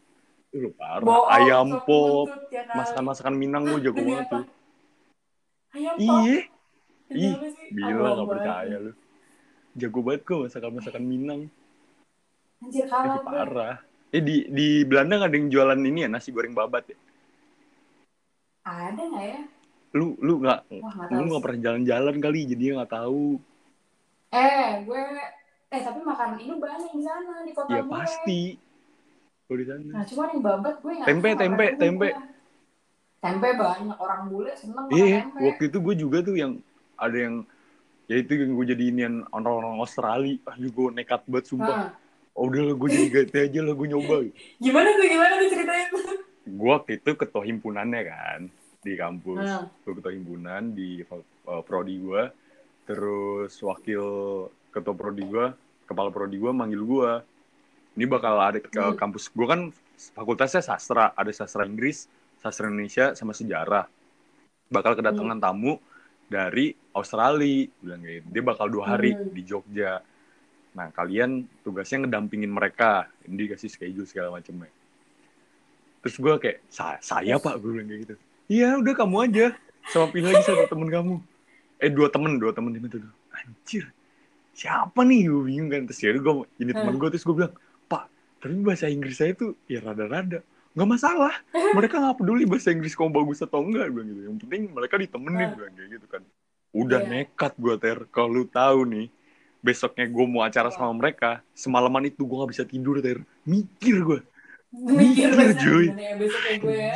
Lu parah Bohong, Ayam sop pop buntut, ya kali. Masakan-masakan Minang gue jago Demi banget apa? tuh Ayam Iya pop. Demi Ih, apa sih? Gila Abang gak banget. percaya lu Jago banget gue masakan-masakan Minang Anjir Ih, kalah gua. Parah Eh di, di Belanda gak ada yang jualan ini ya Nasi goreng babat ya Ada nggak ya? Lu lu gak Wah nggak tahu. Lu sih. gak pernah jalan-jalan kali Jadinya gak tahu Eh, gue eh tapi makanan ini banyak di sana di kota Ya gue. pasti Lu di sana Nah, cuma yang babat gue nggak Tempe, tahu makanan tempe, gue. tempe. Tempe banyak orang bule seneng makan Iya tempe. Nah, waktu itu gue juga tuh yang Ada yang Ya itu yang gue jadi inian orang-orang Australia Aduh gue nekat banget sumpah Hah. Oh udah lah gue jadi ganti aja lah gue nyoba Gimana tuh gimana tuh ceritanya? tuh? Gue waktu itu ketua himpunannya kan Di kampus Hah. gue ketua himpunan di uh, prodi gue terus wakil ketua prodi gue kepala prodi gue manggil gue ini bakal ada ke Hmm. kampus gue kan fakultasnya sastra ada sastra Inggris sastra Indonesia sama sejarah bakal kedatangan tamu dari Australia bilang kayak gitu. dia bakal dua hari Hmm. di Jogja nah kalian tugasnya ngedampingin mereka ini dikasih schedule segala macamnya terus gue kayak "Sa- saya pak gue bilang kayak gitu iya udah kamu aja sama pilih lagi satu temen kamu eh dua temen dua temen itu tuh anjir siapa nih gue bingung kan terus yaudah gue ini temen gue terus gue bilang pak tapi bahasa Inggris saya tuh ya rada-rada nggak masalah mereka nggak peduli bahasa Inggris kamu bagus atau enggak gue bilang gitu yang penting mereka ditemenin gue bilang kayak gitu kan udah Nah. Iya. nekat gue ter kalau lu tahu nih besoknya gue mau acara Iya. sama mereka semalaman itu gue nggak bisa tidur ter mikir gue Mikir, banget Juy. gimana ya besok kayak gue ya.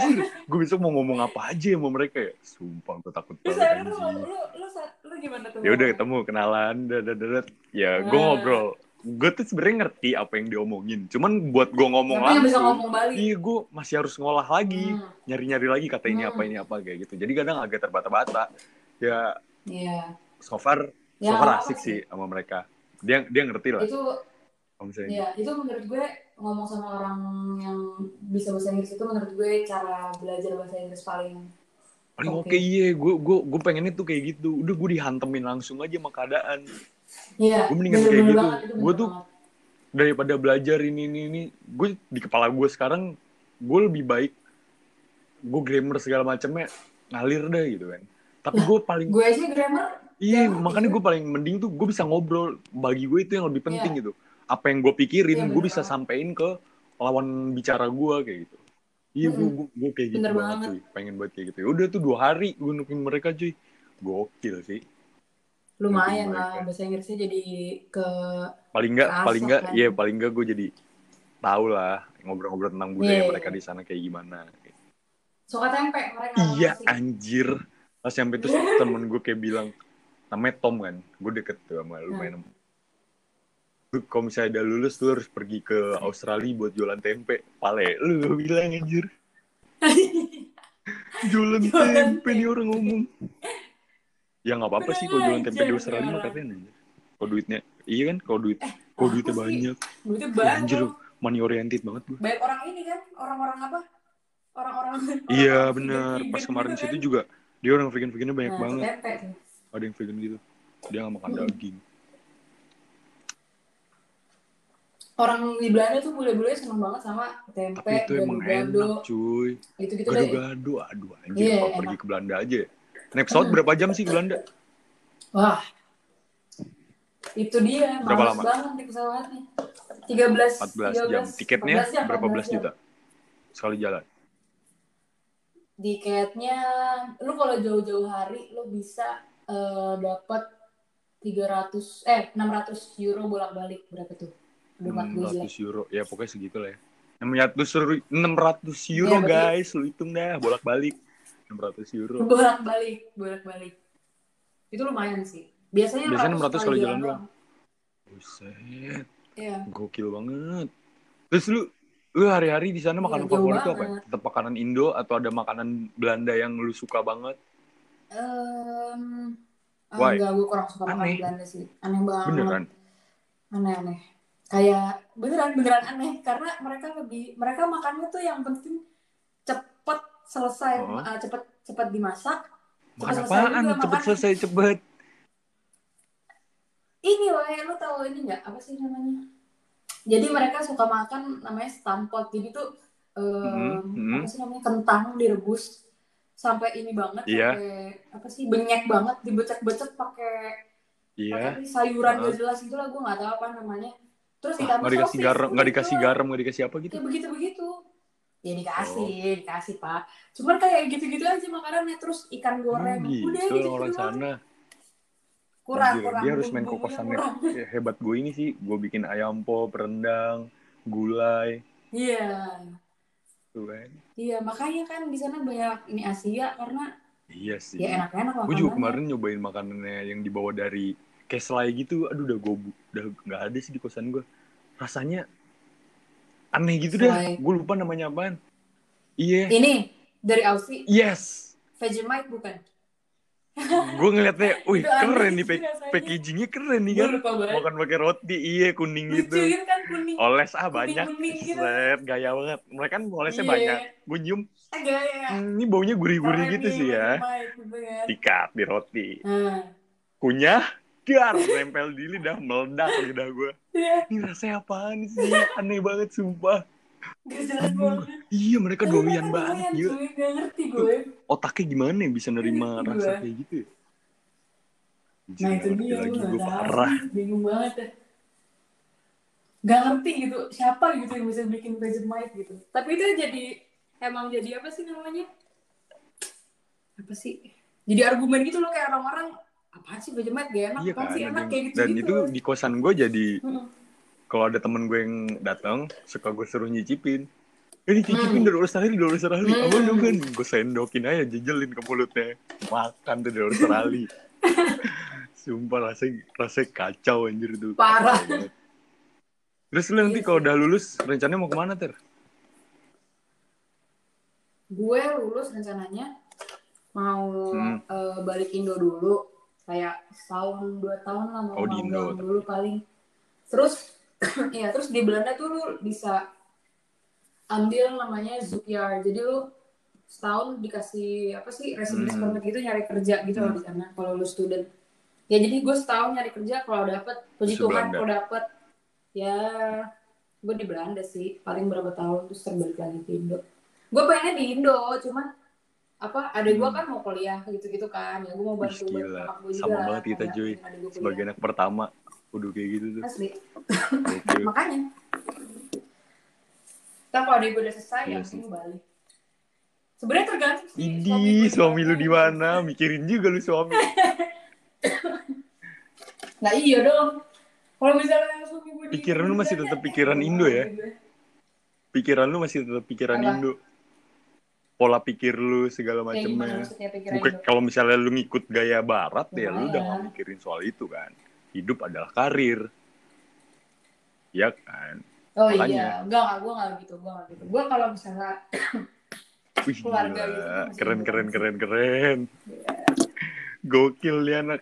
gue besok mau ngomong apa aja sama mereka ya sumpah gue takut Terus banget akhirnya lu anjing. lu lu sa- lu gimana tuh? ya udah ketemu kenalan dadadadad ya gue Ah. ngobrol gue tuh sebenarnya ngerti apa yang diomongin cuman buat gue ngomong Tapi nggak bisa langsung ngomong balik. iya gue masih harus ngolah lagi Hmm, nyari-nyari lagi kata ini Hmm. apa ini apa kayak gitu jadi kadang agak terbata-bata ya Iya. so far Ya, so far apa-apa asik sih sama mereka dia dia ngerti lah Itu kalau misalnya Iya, itu menurut gue ngomong sama orang yang bisa bahasa Inggris itu menurut gue cara belajar bahasa Inggris paling paling oke Oke. iya gue gue gue pengennya tuh kayak gitu udah gue dihantemin langsung aja sama keadaan Iya, Gue mendingan bener-bener kayak gitu. banget, itu bener Gue tuh- banget. daripada belajar ini ini ini gue di kepala gue sekarang gue lebih baik gue grammar segala macamnya ngalir deh gitu kan tapi gue paling Gue aja grammar iya grammar makanya gitu. gue paling mending tuh gue bisa ngobrol bagi gue itu yang lebih penting gitu apa yang gue pikirin Iya, gue bener bisa banget. sampein ke lawan bicara gue kayak gitu iya gue Mm-mm. gue- gue kayak gitu Bener banget, banget. cuy. pengen banget kayak gitu Ya udah tuh dua hari gue nungguin mereka cuy gokil sih Lumayan. lumayan lah bahasa Inggrisnya jadi ke paling nggak Kerasa paling nggak kan. iya paling nggak gue jadi tahu lah ngobrol-ngobrol tentang budaya Iya, mereka iya. di sana kayak gimana suka tempe mereka iya sih. anjir pas sampai terus temen gue kayak bilang namanya Tom kan gue deket tuh sama Nah. lumayan lu kalau misalnya udah lulus lu harus pergi ke Australia buat jualan tempe pale lu gua bilang anjir jualan, Jualan tempe nih tempe. orang ngomong ya nggak apa-apa sih kalau jualan tempe di Kurang Australia ajar, mah keren aja kalau duitnya iya kan kalau duit kalau aku duitnya Eh, sih- banyak Gue tuh ya, banyak anjir money oriented banget gue banyak orang ini kan orang-orang apa orang-orang Iya orang-orang bener, vegan pas kemarin gitu situ kan. juga dia orang vegan vegannya banyak Nah, banget. tempe tuh. Ada yang vegan gitu, dia nggak makan Mm. daging. orang di Belanda tuh bule-bule seneng banget sama Tapi tempe itu emang gado-gado enak cuy. gitu-gitu deh Gado-gado, aduh anjir Iya, kalau enak. Hmm. pergi ke Belanda aja. ya. Naik pesawat berapa jam sih ke Belanda? wah itu dia Berapa males lama? banget di pesawatnya 14 13 jam. 13, Tiketnya 14 jam, berapa belas 14 ya, jam. juta? Sekali jalan. tiketnya lu kalau jauh-jauh hari lu bisa eh, dapat 300 eh 600 euro bolak-balik berapa tuh? Lumat gue jelek. 600 Hmm, euro, ya pokoknya segitu lah ya. 600 euro, 600 euro Iya, berarti- guys, lu hitung dah bolak-balik. 600 euro. Bolak-balik, bolak-balik. Itu lumayan sih. Biasanya, Biasanya 600 kalau jalan doang. Buset, Iya. gokil banget. Terus lu lu hari-hari di sana Iya, makanan jauh favorit tuh apa? ya? banget. Tetap makanan Indo atau ada makanan Belanda yang lu suka banget? Em, ah, Why? enggak, gue kurang suka makan Aneh. Belanda sih. Aneh banget. Beneran. aneh-aneh kayak beneran beneran aneh karena mereka lebih mereka makannya tuh yang penting cepet selesai Oh. eh, cepet cepet dimasak Makan Cepet selesai apaan? juga, Cepet makan. selesai cepet. ini loh ya, lu tahu ini nggak apa sih namanya jadi mereka suka makan namanya stampot jadi tuh eh, Mhm, apa sih namanya kentang direbus sampai ini banget Iya. sampai apa sih benyek banget dibecek-becek pakai Iya. pakai sayuran Ah. gak jelas gitu lah gue nggak tahu apa namanya terus ditambah Nggak dikasih sosis, garam, nggak gitu dikasih lah. garam, nggak dikasih apa gitu. ya begitu begitu ya dikasih Oh. dikasih pak cuman kayak gitu gitu aja makanannya terus ikan goreng Lagi, udah itu gitu Hmm, orang sana. kurang Anjir, kurang dia harus main bumbunya kokosan kurang. Ya, hebat gue ini sih, gue bikin ayam pop, rendang, gulai, iya tuh kan. iya makanya kan di sana banyak ini Asia karena Iya sih. ya enak enak gue juga kemarin nyobain makanannya yang dibawa dari Keslai gitu aduh udah gue bu- udah nggak ada sih di kosan gue rasanya aneh gitu dah Keslai. gue lupa namanya apaan iya ini dari Aussie yes Vegemite bukan gue ngeliatnya wih Itu aneh keren nih sih pack- rasanya. packagingnya keren nih Gua kan lupa banget makan pakai roti iya kuning lucu gitu gitu kan kuning oles ah banyak Kuning-kuning gitu. Set, gaya banget mereka kan olesnya Iya. banyak gue nyium agak ya "Hmm, ini baunya gurih-gurih Keren iya, gitu nih, sih ya Vegemite gitu kan. dikat di roti Nah, kunyah dar nempel di lidah meledak lidah gue iya, ini rasanya apaan sih aneh banget sumpah gak jelas banget. iya mereka Tapi doyan mereka banget doyan, gila. cuy. Gak ngerti gue. otaknya gimana yang bisa nerima Ini gua. rasa kayak gitu ya Anjir, Nah nggak itu ngerti dia lagi gue gue gak tahu. parah Bingung banget ya. Gak ngerti gitu siapa gitu yang bisa bikin Vegemite gitu. Tapi itu jadi emang jadi apa sih namanya? Apa sih? Jadi argumen gitu loh kayak orang-orang apaan sih Vegemite gak enak, iya apaan kan sih enak dan, kayak Hmm. gitu dan gitu. itu di kosan gue jadi Mm-mm. kalau ada temen gue yang datang suka gue suruh nyicipin "Eh, ini cicipin Hmm. dari Australia dari Australia Hmm. abang dong kan gue sendokin aja jejelin ke mulutnya makan tuh dari Australia sumpah rasanya rasanya kacau anjir tuh Parah. Kacau banget. terus lu nanti Iya kalau sih. udah lulus rencananya mau kemana ter Gue lulus rencananya mau Hmm. eh, balik Indo dulu kayak setahun dua tahun lah mau Oh, di magang Indo, tapi. dulu paling terus ya terus di Belanda tuh lu bisa ambil namanya Zukiar jadi lu setahun dikasih apa sih residence Hmm. permit gitu nyari kerja gitu Hmm. loh di sana kalau lu student ya jadi gue setahun nyari kerja kalau dapet Terus puji di Tuhan Belanda. kalau dapet ya gue di Belanda sih paling berapa tahun terus terbalik lagi ke Indo gue pengennya di Indo cuman apa ada gue Hmm. kan mau kuliah gitu gitu kan ya gue mau bantu Wih, gila. nyokap gua Sama banget kita, karena cuy. adek gua kuliah. sebagai anak pertama kudu kayak gitu tuh asli Gokil. makanya tapi kalau adik gue udah selesai Iya ya sih. gue balik sebenarnya tergantung sih Idi, gue suami lu di mana? Mikirin juga lu suami. Nah iya dong. Kalau misalnya suami gue di kan Pikiran lu masih tetap pikiran Indo ya? Pikiran lu masih tetap pikiran Apa? Indo. Pola pikir lu segala Kayak gimana macemnya. maksudnya pikiran Bukan Indo? kalau misalnya lu ngikut gaya barat ya lu udah Lumayan. gak mikirin soal itu kan. Hidup adalah karir. Ya kan. Oh makanya. iya, enggak enggak gue enggak gitu, gue enggak gitu. Gue kalau misalnya Wih, Keluarga gila. gitu kan Iya. masih Keren, Indo. keren, keren, keren. Gokil ya anak.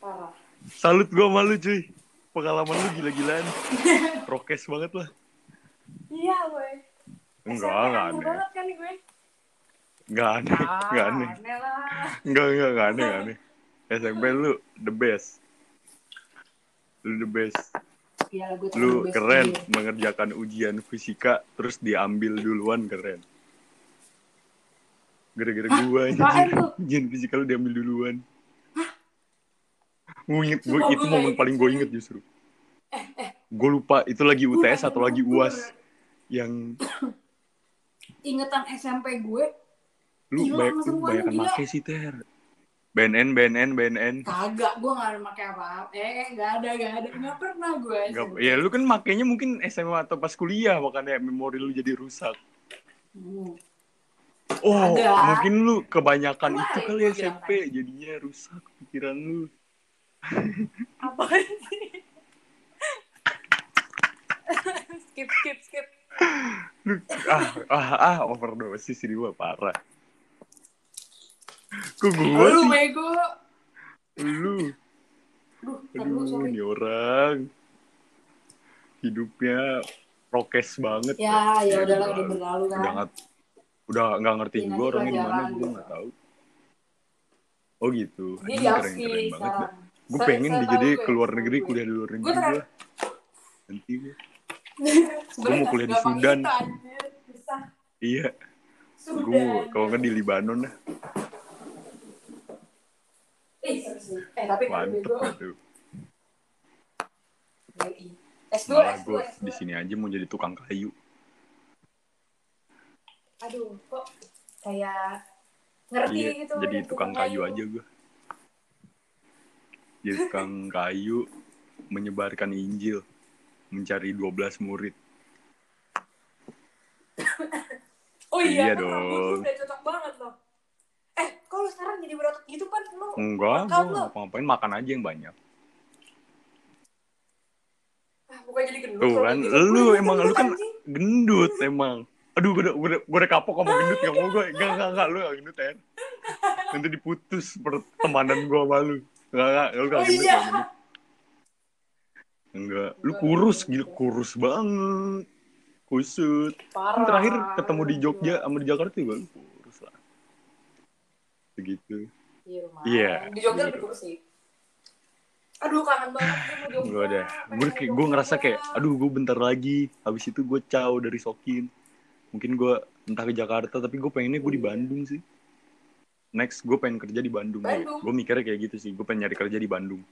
parah Salut gua sama lu cuy. Pengalaman lu gila-gilaan. Prokes banget lah. iya gue Enggak, aneh enggak aneh. banget kan gue Enggak aneh, Ah. enggak aneh. aneh lah Enggak, enggak, enggak aneh, enggak aneh. SMP lu the best. Lu the best. ya gue Lu keren mengerjakan ujian fisika terus diambil duluan keren. Gara-gara gua apaan anjing. tuh? ujian fisika lu diambil duluan. Gua inget, gua- Sumpah, itu gua momen nggak paling inget, Eh, gue inget justru. Gue lupa itu lagi Gua UTS atau nggak lagi inget, gua UAS nggak- yang Ingetan SMP gue lu Gila, banyak lu semuanya banyak gila. make sih ter. BNN BNN BNN. kagak, gue enggak ada pakai apa-apa. Eh, enggak ada, enggak ada. Enggak pernah gue. Gak, ya lu kan makainya mungkin SMA atau pas kuliah makanya memori lu jadi rusak. Hmm. Oh, Kagak. mungkin lu kebanyakan Why? itu kali Gua bilang SMP jadinya rusak pikiran lu. apa sih skip skip skip Lu ah ah ah overdosis ini gua parah. Kok gua Lu sih bego. lu. Aduh, ntar lu Aduh, sorry. ini orang hidupnya prokes banget. Ya, ya udahlah udah udah berlalu kan. udah nggak udah nggak ngertiin Iya, gua nanti orangnya di mana pelajaran gue gitu. nggak tahu oh gitu Dia Anjing, di keren Aussie keren banget Iya sekarang. gue Saya- pengen saya di tahu jadi gue, Iya. ke luar tahu negeri gue. kuliah di luar negeri Gue gue terang- nanti gua- Sebenarnya mau kuliah di gampang Sudan. itu, anjir. Susah. iya Sudan. gue kalau nggak di Libanon lah Ih, seru sih. Eh, tapi kan mantep bego. gitu Yoi. S2, malah S2, gue S2. di sini aja mau jadi tukang kayu Aduh, kok kayak ngerti iya gitu. jadi tukang kayu aja gue jadi tukang kayu menyebarkan Injil mencari 12 murid Oh Iya iya, kan rambut lu dong. udah cocok banget loh. Eh, kok lu sekarang jadi berotot gitu kan lu? enggak Makan gue lu. ngapain makan aja yang banyak Ah, bukan jadi Hmm. gendut. Tuh kalau kan, gitu. lu Udah emang- lu gendut, kan- anjing. gendut emang aduh gue udah gue udah, gue udah kapok sama gendut gak mau gue gak gak gak lu gak gendut ya nanti diputus pertemanan gue sama lu gak gak lu gak Oh gendut, iya. gak gendut. enggak lu kurus gila kurus banget kusut Kan parah terakhir ketemu di Jogja sama di Jakarta juga lu kurus lah begitu Iya, lumayan. Iya. Di Jogja Iya. lebih kurus sih. Aduh, kangen banget gue mau Jogja. enggak deh Pengen gue ke kayak gue Jogja. ngerasa kayak aduh gue bentar lagi habis itu gue caw dari Sokin mungkin gue entah ke Jakarta tapi gue pengennya gue di Bandung sih next gue pengen kerja di Bandung, Bandung. gue mikirnya kayak gitu sih gue pengen nyari kerja di Bandung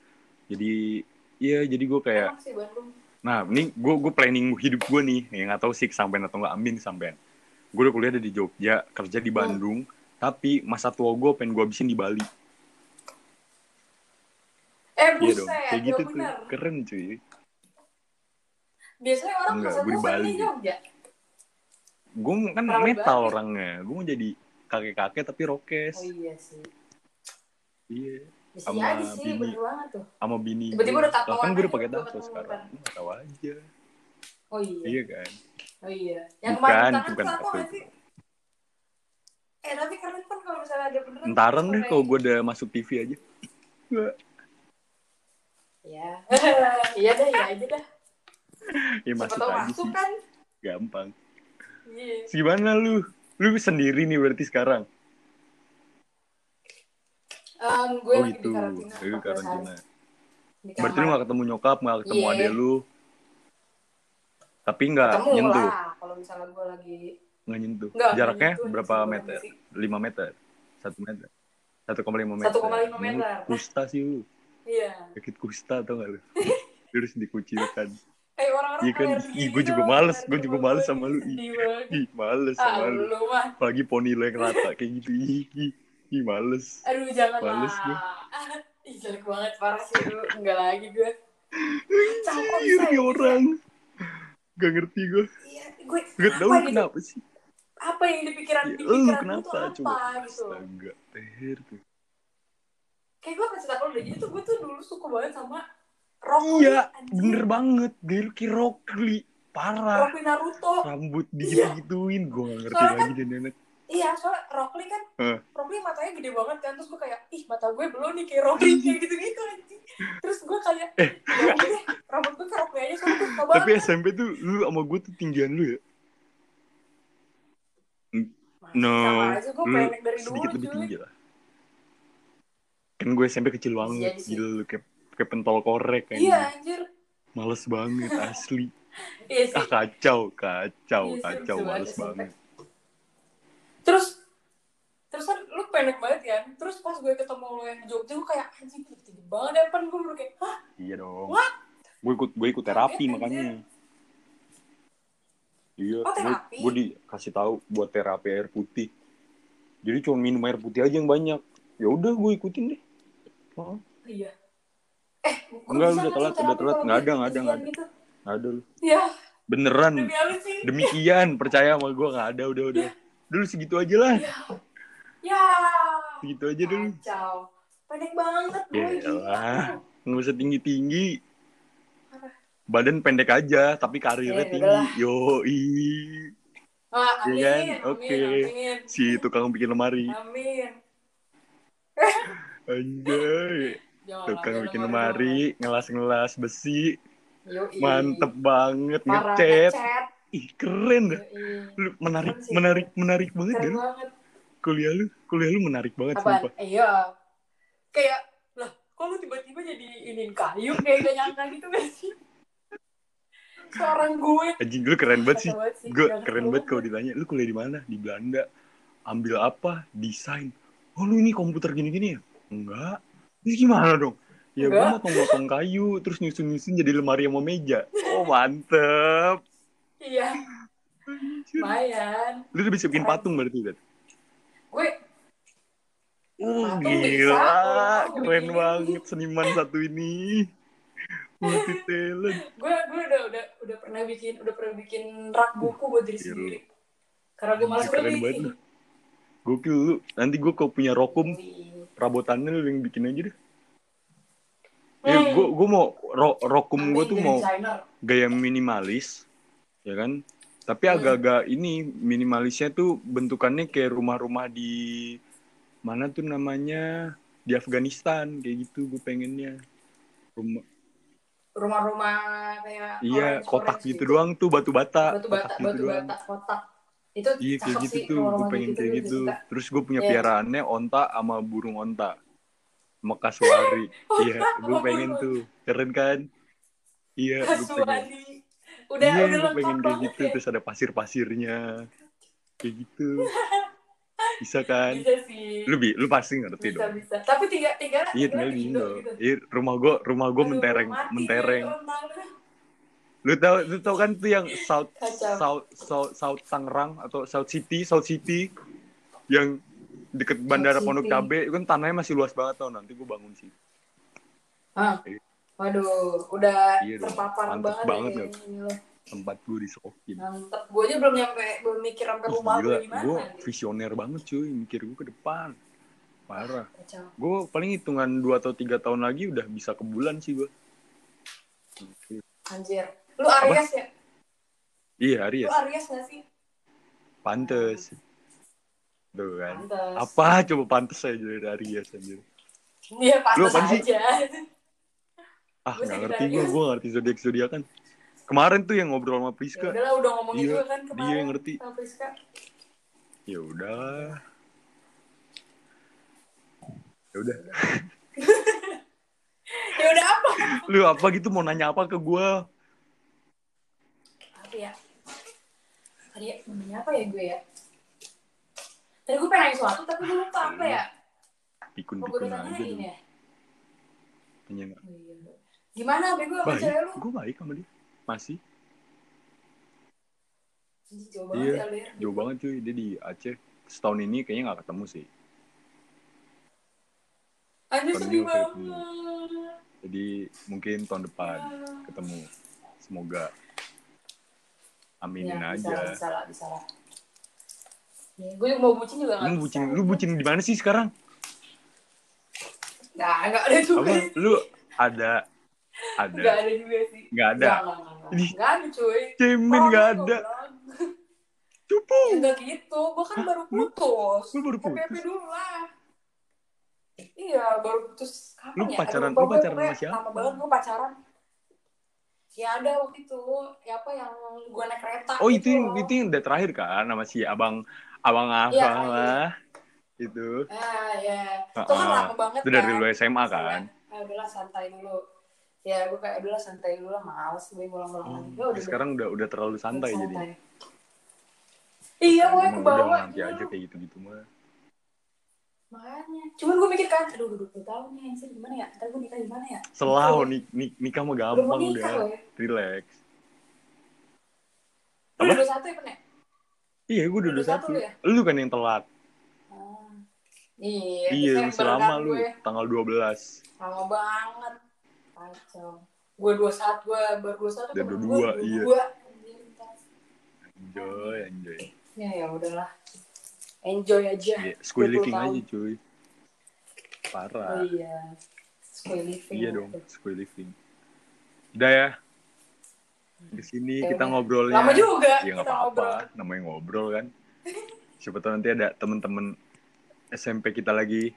jadi iya jadi gue kayak Emang sih Bandung. nah ini gue gue planning hidup gue nih yang nggak tahu sih sampean atau nggak amin sampean gue udah kuliah ada di Jogja kerja di Bandung tapi masa tua gue pengen gue habisin di Bali Eh, iya buset. dong kayak gitu ya tuh bener. keren cuy Biasanya orang Enggak, masa gue di tua Bali. gitu. di Jogja. gue kan Terlalu metal banget. orangnya gue mau jadi kakek-kakek tapi rokes Oh iya sih. iya Bisa Sama jadi sih, bini. bener banget tuh. sama bini Tiba-tiba gua. udah tatoan Lah, kan gue udah aja, pakai gua tato ketemu sekarang kan. Lu nggak tahu aja Oh iya. iya kan Oh iya. Yang Bukan, kemarin itu tangan bukan tuh apa tato. nggak sih? Eh, tapi keren kan kalau misalnya ada beneran. Ntaran deh Sampai- kalau gue udah masuk TV aja. Iya. Iya deh, iya aja dah. Ya Siapa masuk tahu aja masuk sih. kan. Gampang. Iya. Terus Gimana lu? Lu sendiri nih berarti sekarang. Em, gue oh lagi gitu. di karantina. Lu karantina. Di Berarti lu kamar. gak ketemu nyokap, gak ketemu Iya. adek lu. Tapi nggak Ketemu nyentuh, lah kalau misalnya gue lagi nggak nyentuh. Nggak, nggak Jaraknya nyentuh, berapa nyentuh meter? sih. 5 meter. 1 meter. 1,5 meter. 1,5 meter. Nah. Kusta sih lu. Iya. Sakit kusta atau nggak lu? Terus dikucilkan. Eh orang-orang Iya kan? alergi Ih, gue gitu, juga males. alergi Gue juga males sama lu. Ih, Sedih banget. ih, males Ah, sama lu. lu mah. Apalagi poni lo yang rata kayak gitu. Ih, ih, ih, males. Aduh, jangan Males gue. lah. Ih, jelek banget. Parah sih lu. Enggak lagi gue. Cakep Anjir, nih orang. Gak ngerti gue. Iya, gue Gak tau apa gitu? kenapa sih. Apa yang di pikiran Ya, di lu pikiran lu tuh kenapa apa coba? gitu? Astaga, ter. Kayak gue kasih tau lu deh. Jadi tuh gue tuh dulu suka banget sama Rock Iya, bener banget. Gil Kirokli. Parah. Rock Lee Naruto. Rambut digitu-gituin. Gue gak ngerti Iya. Soalnya lagi dan Eh, nenek. Iya, soalnya Rock Lee kan, Heeh. Rock Lee matanya gede banget kan. Terus gue kayak, ih mata gue belum nih kayak Rock Lee. Kayak gitu-gitu anjing. Terus gue kayak, ya udah deh, rambut gue ke Rock Lee aja. Soalnya gue suka banget. Eh. Tapi SMP tuh lu sama gue tuh tinggian lu ya? Masih No, Sama aja gue lu pendek dari dulu, Sedikit lebih cuy. Iya, tinggi lah. Kan gue SMP kecil banget. jadi Iya, sih. Gila lu kayak, kayak pentol korek kan. Iya, anjir. Males banget, asli. Iya sih. Ah kacau, kacau, Iya, seru kacau, banget males SMP. banget. Terus, terus kan lu pendek banget kan. Terus pas gue ketemu lu yang di Jogja, gue kayak, anjing tinggi banget. Dan pan gue baru kayak, hah? Iya dong. What? Gue ikut gue ikut terapi Kaget, makanya. Iya, Oh, terapi? gue dikasih tahu buat terapi air putih. Jadi cuma minum air putih aja yang banyak. Ya udah gue ikutin deh. Oh, Iya. Eh, gue Enggak, udah bisa nggak telat, sih udah telat. terapi kalau Nggak gue ada, nggak ada, Hmm. nggak ketinggian gitu? nggak ada lu. Ya, Beneran. demi apa sih? Demikian, percaya sama gue nggak ada udah udah. Dulu segitu aja lah. Ya. Segitu aja Iya dulu. Iya, Kacau. Pendek banget gue Yaelah. gila. Nggak usah tinggi-tinggi. Badan pendek aja, tapi karirnya Ya, tinggi. udahlah. Yoi. Ah, amin, Iya kan? amin, Oke. amin, Si tukang bikin lemari. amin. Anjay. Jangan Tukang lah, bikin jangan lemari, ngelas-ngelas besi, lah. Yoi. mantep banget, Parah, ngecat. ngecat. Ih, keren dah. Yoi. Lu menarik, Keren sih. menarik, menarik banget Keren dah lu. banget. Kuliah lu, kuliah lu menarik banget Apaan? sumpah. Iya. Kayak, lah, kok lu tiba-tiba jadi inin kayu? Kayak gak nyangka gitu gak sih? Seorang gue. Anjing lu keren banget sih. Kacau banget sih, Gue jangan keren terlalu. banget kalau ditanya, lu kuliah di mana? Di Belanda. Ambil apa? Desain. Oh, lu ini komputer gini-gini ya? Enggak. Ini gimana dong? Ya gue Enggak. motong-motong kayu, terus nyusun-nyusun jadi lemari sama meja. Oh, mantep. Iya, lumayan. Lu udah bisa bikin Keren. patung berarti, Bet? Gue Uh, Patung bisa, gila, kalau mau keren begini. banget seniman satu ini. Multi talent. gue gue udah udah udah pernah bikin udah pernah bikin rak buku buat diri Gila. sendiri karena gue masuk Iya, Keren banget lu. Gokil lu. Nanti gue kalau punya rokum, perabotannya lu yang bikin aja deh. Hmm. Ya, gue gue mau ro- rokum gue tuh mau gaya minimalis, ya kan? Tapi Hmm. agak-agak ini minimalisnya tuh bentukannya kayak rumah-rumah di mana tuh namanya di Afghanistan kayak gitu gue pengennya. Rumah rumah-rumah kayak Iya, orange-orange kotak gitu, doang tuh batu bata. batu bata kotak gitu batu doang. bata kotak itu Iya kayak cakep gitu sih, tuh, gue rumah-rumah pengen kayak gue gitu. suka. Terus gue punya Iya. piaraannya onta sama burung onta. Sama kasuari. iya, Onta gue sama pengen burung tuh. Keren kan? Iya, gue pengen. kasuari udah iya, udah gue lengkap pengen kayak banget gitu. ya. Terus ada pasir-pasirnya. Kayak gitu. Bisa kan? bisa sih Lu, bi, lu pasti ngerti Iya. bisa dong. bisa tapi tiga tiga Iya, tiga tinggal di Indo. gitu. Iya, rumah gue rumah gue Aduh, mentereng, mati nih, mentereng. orang Thailand. lu tahu lu tahu kan tuh yang South Kacau. South South South Tangerang atau South City South City yang deket bandara City. Pondok Cabe itu kan tanahnya masih luas banget tau nanti gue bangun sih Ah, waduh udah Iya dong, terpapar mantep banget, banget ya, dong. ini loh. tempat gue disokin Mantep, gue aja belum nyampe belum mikir sampai Ih, rumah gila gue gimana. gue gitu. visioner banget cuy mikir gue ke depan parah Kacau. gue paling hitungan 2 atau tiga tahun lagi udah bisa ke bulan sih gue Anjir. Lu Aries ya? iya Aries Lu Aries gak sih? pantes tuh kan Pantes. apa coba pantes aja dari Aries anjir Iya, Lu pantes apaan sih? aja. ah nggak Gua jadi ngerti gue Aries. gue ngerti zodiak zodiakan kemarin tuh yang ngobrol sama Ya Priska udah lah, udah ngomongin Iya, juga kan kemarin. dia yang ngerti. sama Priska. ya udah ya udah Ya udah apa? lu apa gitu mau nanya apa ke gue Apa ya? ya, namanya apa ya gue ya tadi gue pengen nanya sesuatu tapi gue lupa apa ya Hmm, mau gue pikun-pikun aja tanyain dulu. ya Penyemar. Oh, iya. gimana bego sama Baik, cewek lu gue baik sama dia. Masih, Ih, jauh banget Iya. ya LDR jauh banget cuy. Dia di Aceh. Setahun ini kayaknya gak ketemu sih. anjir Pernah sedih waktu itu. banget Jadi mungkin tahun Iya. depan ketemu. Semoga. Aminin Ya, bisa aja. lah, bisa lah bisa lah Ya, gue mau bucin juga nggak Lu bisa. bucin, lu bucin di mana sih sekarang? nggak nggak ada juga Apa? Lu ada, nggak ada, ada juga sih nggak Nggak, ada. nggak, nggak, nggak. Ini- Nggak ada cuy Cemen nggak Orang ada. goblok. Cupu. Ya Enggak gitu, gue kan baru putus. Lu baru putus? Happy-happy dulu lah. Iya, baru putus kapan Lu ya? pacaran- Aduh, lu lupa gue, pacaran pokoknya sama siapa? Lama banget gue pacaran. Ya ada waktu itu, ya apa yang gue naik kereta. gitu Oh itu yang, loh. itu yang udah terakhir kan sama si abang abang apa Iya, lah itu Ah, ya. Ah, Itu kan ah. lama banget itu dari kan. dulu SMA kan Ah, udahlah santai dulu. Ya, gue kayak udahlah santai dulu lah, males gue ngulang-ngulang lagi. Ya, udah, Hmm, sekarang udah udah terlalu udah santai jadi Iya, gue Emang ke udah bawah. nanti aja kayak gitu gitu mah Makanya. Cuman gue mikir kan, aduh udah 20 tahun nih, anjir gimana ya? Ntar gue nikah gimana ya? selalu nik nik- nikah mah Udah mau gampang nikah udah loh ya. relax Lu Apa? udah satu ya, Nek? iya gue udah Udah satu satu lu ya? lu kan yang telat Ah. Iya, iya Desember kan selama lu gue. tanggal 12 Lama banget. Kacau. Gue 21, gue baru 21. Udah temen 22, gue iya. 22. Anjir, ntar. enjoy enjoy Ya, ya udahlah. Enjoy aja. Iya, square 20 living tahun. aja cuy Oh parah iya. School living. iya dong square living udah ya di sini Ya kita udah. ngobrolnya Lama juga ya kita nggak ngobrol. apa-apa namanya ngobrol kan siapa tahu nanti ada temen-temen SMP kita lagi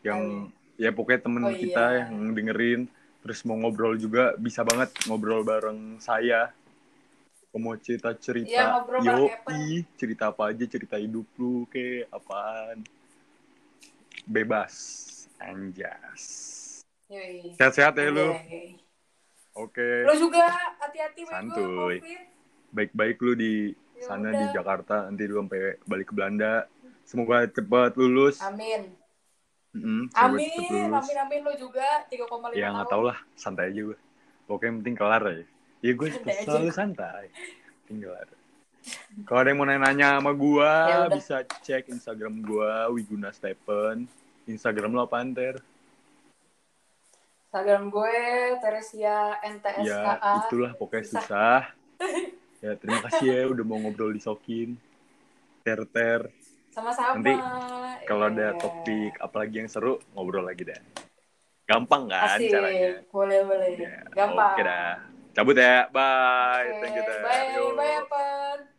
yang ya pokoknya temen Oh, kita iya. yang dengerin terus mau ngobrol juga bisa banget ngobrol bareng saya mau cerita cerita Iya, ngobrol bareng yoi cerita apa aja cerita hidup lu ke apaan bebas anjas Yoi. sehat-sehat ya lu Iya, iya. oke Lu juga hati-hati Bego, Santuy. Covid. baik-baik lu di Ya sana udah. di Jakarta nanti lu sampai balik ke Belanda semoga cepat lulus Amin. Mm, semoga cepet Amin, lulus. amin, amin lo juga 3,5 ya tahun. nggak tau lah santai aja gue pokoknya yang penting kelar ya ya gue Santai aja. selalu santai tinggal kalau ada yang mau nanya sama gue Ya udah. bisa cek Instagram gue Wiguna Stephen Instagram lo apaan Ter? Instagram gue Teresia Ya NTSKA. itulah pokoknya Susah. susah. Ya terima kasih ya udah mau ngobrol di Sokin. Ter Ter Sama-sama. Nanti kalau ada Iya. topik apalagi yang seru ngobrol lagi deh. Gampang kan Asik. caranya? Boleh, boleh. Ya, Gampang. Oke dah. Cabut ya. Bye. Oke, Thank you Ter. Bye, Yo. bye, Apan.